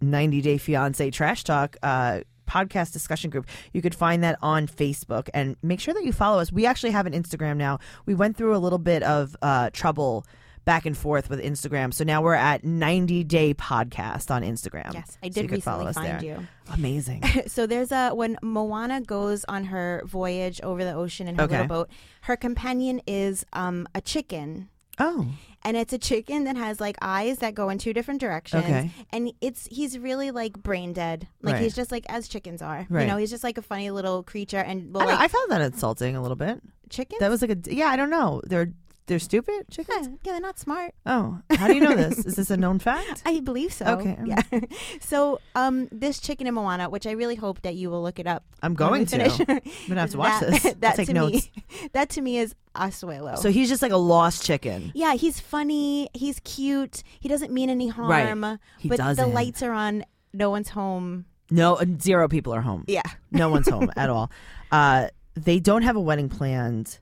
Speaker 1: 90 Day Fiance Trash Talk. Uh, podcast discussion group you could find that on facebook and make sure that you follow us we actually have an instagram now we went through a little bit of uh, trouble back and forth with instagram so now we're at 90 day podcast on instagram
Speaker 2: Yes, I
Speaker 1: Um, So
Speaker 2: did
Speaker 1: you could follow
Speaker 2: recently
Speaker 1: us
Speaker 2: find
Speaker 1: there.
Speaker 2: you. [laughs]
Speaker 1: amazing
Speaker 2: So there's a when Moana goes on her voyage over the ocean in her
Speaker 1: Okay.
Speaker 2: little boat, her companion is um, a chicken.
Speaker 1: oh
Speaker 2: and it's a chicken that has like eyes that go in two different directions.
Speaker 1: Okay.
Speaker 2: And it's he's really like brain dead. Like
Speaker 1: Right.
Speaker 2: he's just like as chickens are.
Speaker 1: Right.
Speaker 2: You know, he's just like a funny little creature and
Speaker 1: I,
Speaker 2: well,
Speaker 1: don't-
Speaker 2: like
Speaker 1: I found that insulting a little bit
Speaker 2: chickens.
Speaker 1: that was like a yeah i don't know they're they're stupid chickens
Speaker 2: yeah, yeah, they're not smart.
Speaker 1: Oh, how do you know this? Is this a known
Speaker 2: [laughs]
Speaker 1: fact?
Speaker 2: I believe so.
Speaker 1: Okay.
Speaker 2: Yeah. [laughs] so, um, this chicken in Moana, which I really hope that you will look it up.
Speaker 1: I'm
Speaker 2: when we
Speaker 1: going to.
Speaker 2: finish.
Speaker 1: I'm [laughs] gonna have to watch
Speaker 2: [laughs] that,
Speaker 1: this. I'll
Speaker 2: That
Speaker 1: take
Speaker 2: to
Speaker 1: notes.
Speaker 2: me, [laughs] that to me is Asuelo.
Speaker 1: So he's just like a lost chicken.
Speaker 2: yeah, he's funny. He's cute. He doesn't mean any
Speaker 1: Right.
Speaker 2: harm.
Speaker 1: He
Speaker 2: but
Speaker 1: doesn't.
Speaker 2: the lights are on. No one's home.
Speaker 1: No, and zero people are home.
Speaker 2: Yeah.
Speaker 1: No one's
Speaker 2: [laughs]
Speaker 1: home at all. Uh, they don't have a wedding planned.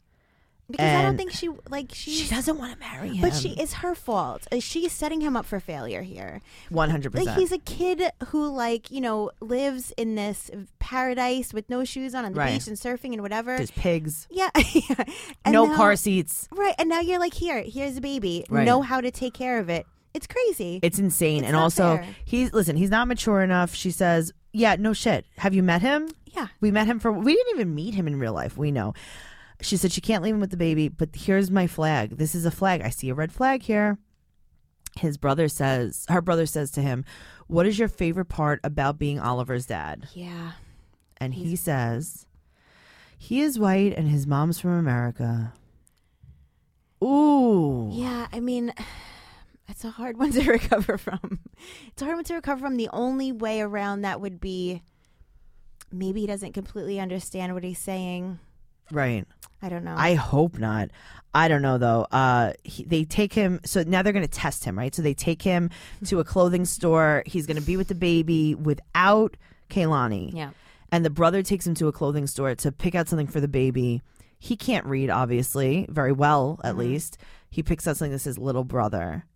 Speaker 2: Because I don't
Speaker 1: And-
Speaker 2: think she like she's
Speaker 1: She doesn't want to marry him.
Speaker 2: But she it's her fault. Uh, She's setting him up for failure here.
Speaker 1: one hundred
Speaker 2: Like
Speaker 1: percent.
Speaker 2: he's a kid who like, you know, lives in this paradise with no shoes on on the
Speaker 1: Right.
Speaker 2: beach and surfing and whatever.
Speaker 1: There's pigs.
Speaker 2: yeah. [laughs] And
Speaker 1: no
Speaker 2: now-
Speaker 1: car seats.
Speaker 2: Right. And now you're like, here, here's a baby.
Speaker 1: Right.
Speaker 2: Know how to take care of it. It's crazy.
Speaker 1: It's insane.
Speaker 2: It's
Speaker 1: and
Speaker 2: not
Speaker 1: also,
Speaker 2: fair.
Speaker 1: he's listen. He's not mature enough. She says, "Yeah, no shit. Have you met him?
Speaker 2: yeah.
Speaker 1: We met him for we didn't even meet him in real life. We know. She said she can't leave him with the baby, but here's my flag. This is a flag. I see a red flag here. His brother says, her brother says to him, "What is your favorite part about being Oliver's dad?"
Speaker 2: Yeah.
Speaker 1: And he says, "He is white and his mom's from America." Ooh.
Speaker 2: Yeah, I mean [sighs] it's a hard one [laughs] to recover from. It's a hard one to recover from. The only way around that would be maybe he doesn't completely understand what he's saying.
Speaker 1: Right.
Speaker 2: I don't know.
Speaker 1: I hope not. I don't know though. Uh, he, they take him. So now they're going to test him, right? So they take him
Speaker 2: Mm-hmm.
Speaker 1: to a clothing store. He's going to be with the baby without Kaylani.
Speaker 2: yeah.
Speaker 1: And the brother takes him to a clothing store to pick out something for the baby. He can't read, obviously, very well,
Speaker 2: Mm-hmm.
Speaker 1: at least. He picks out something that says little brother.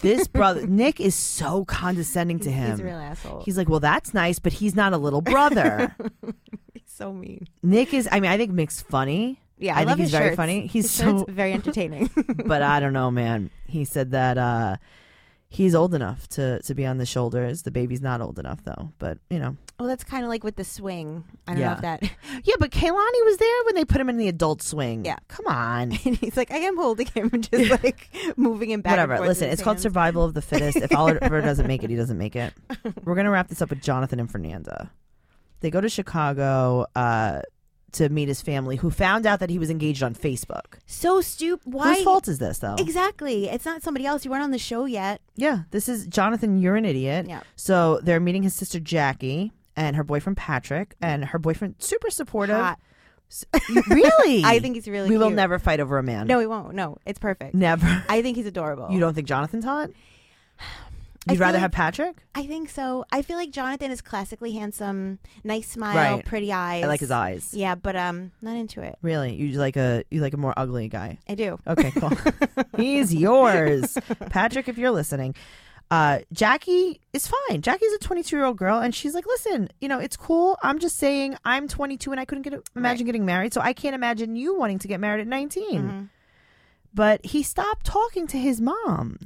Speaker 1: This
Speaker 2: [laughs]
Speaker 1: brother, Nick, is so condescending to him.
Speaker 2: He's a real asshole. He's
Speaker 1: He's like, well, that's nice, but he's not a little
Speaker 2: [laughs]
Speaker 1: brother.
Speaker 2: so mean.
Speaker 1: Nick is, I mean, I think Nick's funny.
Speaker 2: Yeah,
Speaker 1: I,
Speaker 2: I,
Speaker 1: think
Speaker 2: love
Speaker 1: he's
Speaker 2: his
Speaker 1: very
Speaker 2: shirts.
Speaker 1: funny. He's
Speaker 2: His
Speaker 1: so
Speaker 2: shirts,
Speaker 1: [laughs]
Speaker 2: very entertaining.
Speaker 1: but I don't know, man. He said that uh, he's old enough to to be on the shoulders. The baby's not old enough though. But you know,
Speaker 2: well, that's kind of like with the swing. I don't know if that. [laughs]
Speaker 1: yeah. But Kaylani was there when they put him in the adult swing.
Speaker 2: Yeah.
Speaker 1: come on.
Speaker 2: And he's like, I am holding him [laughs] and just like moving him back. and
Speaker 1: Whatever.
Speaker 2: forth
Speaker 1: Listen,
Speaker 2: with his
Speaker 1: it's called
Speaker 2: hands.
Speaker 1: survival of the fittest. If [laughs] Oliver doesn't make it, he doesn't make [laughs] it. We're gonna wrap this up with Jonathan and Fernanda. They go to Chicago uh, to meet his family, who found out that he was engaged on Facebook.
Speaker 2: So stupid. Why?
Speaker 1: Whose fault is this, though?
Speaker 2: Exactly. It's not somebody else. You weren't on the show yet.
Speaker 1: Yeah, this is Jonathan. You're an idiot.
Speaker 2: Yeah.
Speaker 1: So they're meeting his sister Jackie and her boyfriend Patrick, and her boyfriend super supportive.
Speaker 2: Hot.
Speaker 1: [laughs] Really,
Speaker 2: I think he's really.
Speaker 1: we will
Speaker 2: cute.
Speaker 1: never fight over a man.
Speaker 2: No, he won't. No, it's perfect.
Speaker 1: never.
Speaker 2: I think he's adorable.
Speaker 1: You don't think Jonathan's hot?
Speaker 2: [sighs] I
Speaker 1: You'd
Speaker 2: feel
Speaker 1: rather
Speaker 2: like-
Speaker 1: have Patrick?
Speaker 2: I think so. I feel like Jonathan is classically handsome, nice smile,
Speaker 1: Right.
Speaker 2: pretty eyes.
Speaker 1: I like his eyes.
Speaker 2: Yeah, but um, not into it.
Speaker 1: Really, you like a you like a more ugly guy.
Speaker 2: I do.
Speaker 1: Okay, cool. He's yours, Patrick. If you're listening, uh, Jackie is fine. Jackie's a 22 year old girl, and she's like, "Listen, you know, it's cool. I'm just saying, I'm 22, and I couldn't get imagine getting married, so I can't imagine you wanting to get married at 19."
Speaker 2: Mm-hmm.
Speaker 1: But he stopped talking to his mom.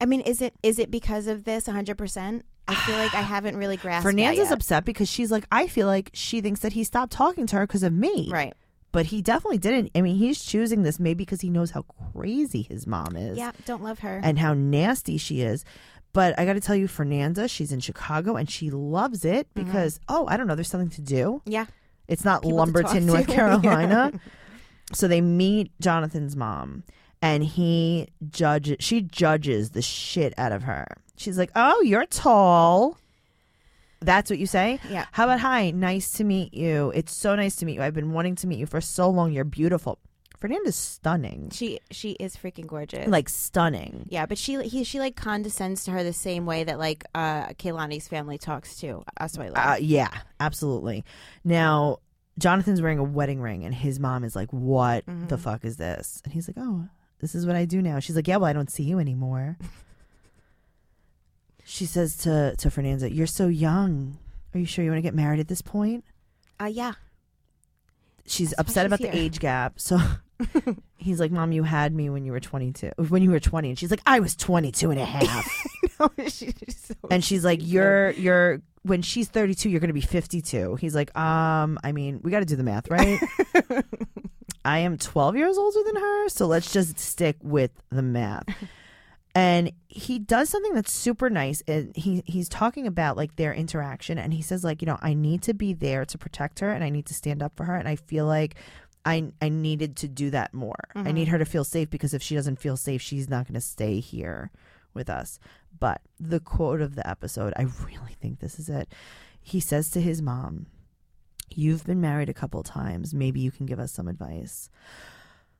Speaker 2: I mean, is it is it because of this 100%? I
Speaker 1: [sighs]
Speaker 2: feel like I haven't really grasped
Speaker 1: Fernanda's
Speaker 2: that
Speaker 1: upset because she's like, I feel like she thinks that he stopped talking to her because of me.
Speaker 2: yet. right.
Speaker 1: But he definitely didn't. I mean, he's choosing this maybe because he knows how crazy his mom is.
Speaker 2: Yeah, don't love her.
Speaker 1: and how nasty she is. But I got to tell you, Fernanda, she's in Chicago and she loves it because, oh, I don't know, there's something to do.
Speaker 2: yeah.
Speaker 1: It's not
Speaker 2: Mm-hmm. People to [laughs] talk
Speaker 1: Lumberton, North
Speaker 2: to.
Speaker 1: Carolina. so they meet Jonathan's mom and he judges she judges the shit out of her. She's like, "Oh, you're tall." That's what you say?
Speaker 2: Yeah.
Speaker 1: How about hi? Nice to meet you. It's so nice to meet you. I've been wanting to meet you for so long. You're beautiful. Fernanda's stunning.
Speaker 2: She she is freaking gorgeous.
Speaker 1: Like stunning.
Speaker 2: yeah, but she he she like condescends to her the same way that like uh Kaylani's family talks to us. I love.
Speaker 1: Uh, yeah, absolutely. Now, Jonathan's wearing a wedding ring, and his mom is like, What
Speaker 2: Mm-hmm.
Speaker 1: the fuck is this? And he's like, Oh, this is what I do now. She's like, Yeah, well, I don't see you
Speaker 2: [laughs]
Speaker 1: anymore. she says to, to Fernanda, You're so young. Are you sure you want to get married at this point?
Speaker 2: Uh, yeah, [laughs]
Speaker 1: She's
Speaker 2: That's why
Speaker 1: upset
Speaker 2: she's
Speaker 1: about the
Speaker 2: here.
Speaker 1: age gap.
Speaker 2: [laughs]
Speaker 1: So he's like, Mom, you had me when you were 22, when you were 20. And she's like, I was 22 and a half.
Speaker 2: she's so
Speaker 1: [laughs] and she's like you're you're when she's 32 you're gonna be 52 he's like um i mean we gotta do the math right i am 12 years older than her so let's just stick with the math and he does something that's super nice and he he's talking about like their interaction and he says like you know i need to be there to protect her and i need to stand up for her and i feel like I, I needed to do that more. I need her to feel safe because if she doesn't feel safe, she's not going to stay here with us. But the quote of the episode, I really think this is it. He says to his mom, You've been married a couple times. Maybe you can give us some advice.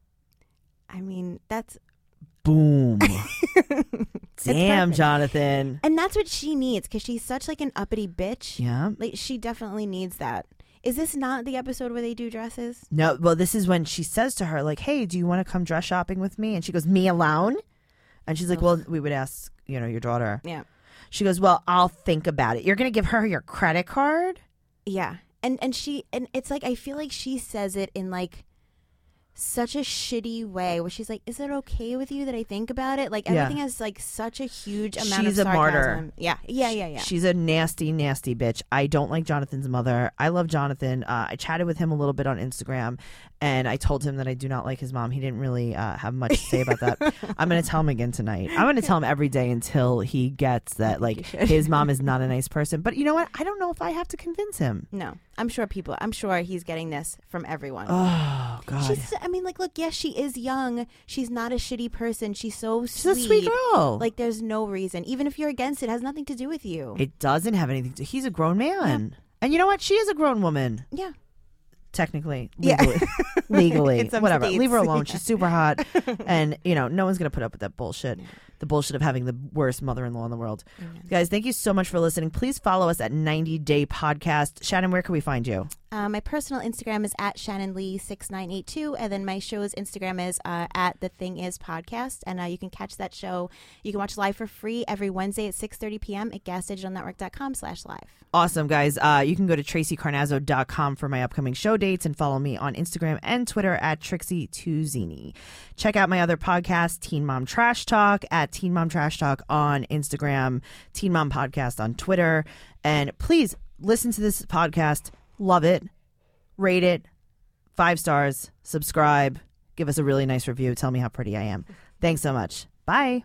Speaker 2: [laughs] I mean, that's
Speaker 1: [laughs] Boom. Damn,
Speaker 2: perfect.
Speaker 1: Jonathan.
Speaker 2: [laughs] and that's what she needs because she's such like an uppity bitch.
Speaker 1: Yeah.
Speaker 2: Like she definitely needs that. Is this not the episode where they do dresses?
Speaker 1: No, well, this is when she says to her, like, hey, do you want to come dress shopping with me? And she goes, me alone? And she's like, well, we would ask, you know, your daughter.
Speaker 2: Yeah,
Speaker 1: She goes, well, I'll think about it. You're going to give her your credit card?
Speaker 2: yeah. And and she and it's like I feel like she says it in like such a shitty way where she's like, "Is it okay with you that I think about it?" Like
Speaker 1: Yeah.
Speaker 2: everything has like such a huge amount
Speaker 1: She's a
Speaker 2: of
Speaker 1: martyr.
Speaker 2: sarcasm. Yeah, yeah, yeah, yeah.
Speaker 1: She's a nasty, nasty bitch. I don't like Jonathan's mother. I love Jonathan. Uh, I chatted with him a little bit on Instagram, and I told him that I do not like his mom. He didn't really uh, have much to say about that.
Speaker 2: [laughs]
Speaker 1: I'm going to tell him again tonight. I'm going to tell him every day until he gets that like his mom is
Speaker 2: [laughs]
Speaker 1: not a nice person. But you know what? I don't know if I have to convince him.
Speaker 2: no, I'm sure people. I'm sure he's getting this from everyone.
Speaker 1: Oh God, she's,
Speaker 2: She's, I mean, like, look, yes, she is young. She's not a shitty person. She's so
Speaker 1: a sweet girl.
Speaker 2: Like, there's no reason. Even if you're against it, it has nothing to do with you.
Speaker 1: it doesn't have anything to. He's a grown man, and you know what? She is a grown woman.
Speaker 2: yeah.
Speaker 1: technically
Speaker 2: Yeah.
Speaker 1: legally,
Speaker 2: [laughs]
Speaker 1: legally
Speaker 2: In some
Speaker 1: whatever
Speaker 2: states,
Speaker 1: leave her alone
Speaker 2: yeah. [laughs]
Speaker 1: she's super hot and you know no one's gonna put up with that bullshit the bullshit of having the worst mother-in-law in the world guys thank you so much for listening please follow us at 90 day podcast shannon where can we find you
Speaker 2: Uh, my personal Instagram is at Shannon Lee six nine eight two, and then my show's Instagram is uh, at The Thing Is Podcast, and uh, you can catch that show. You can watch live for free every Wednesday at six thirty p.m. at gasdigitalnetwork.com slash live.
Speaker 1: Awesome, guys. Uh, you can go to tracycarnazzo.com for my upcoming show dates and follow me on Instagram and Twitter at Trixie2Zini. Check out my other podcast, Teen Mom Trash Talk, at Teen Mom Trash Talk on Instagram, Teen Mom Podcast on Twitter. And please listen to this podcast. Love it. Rate it. Five stars. Subscribe. Give us a really nice review. Tell me how pretty I am. Thanks so much. Bye.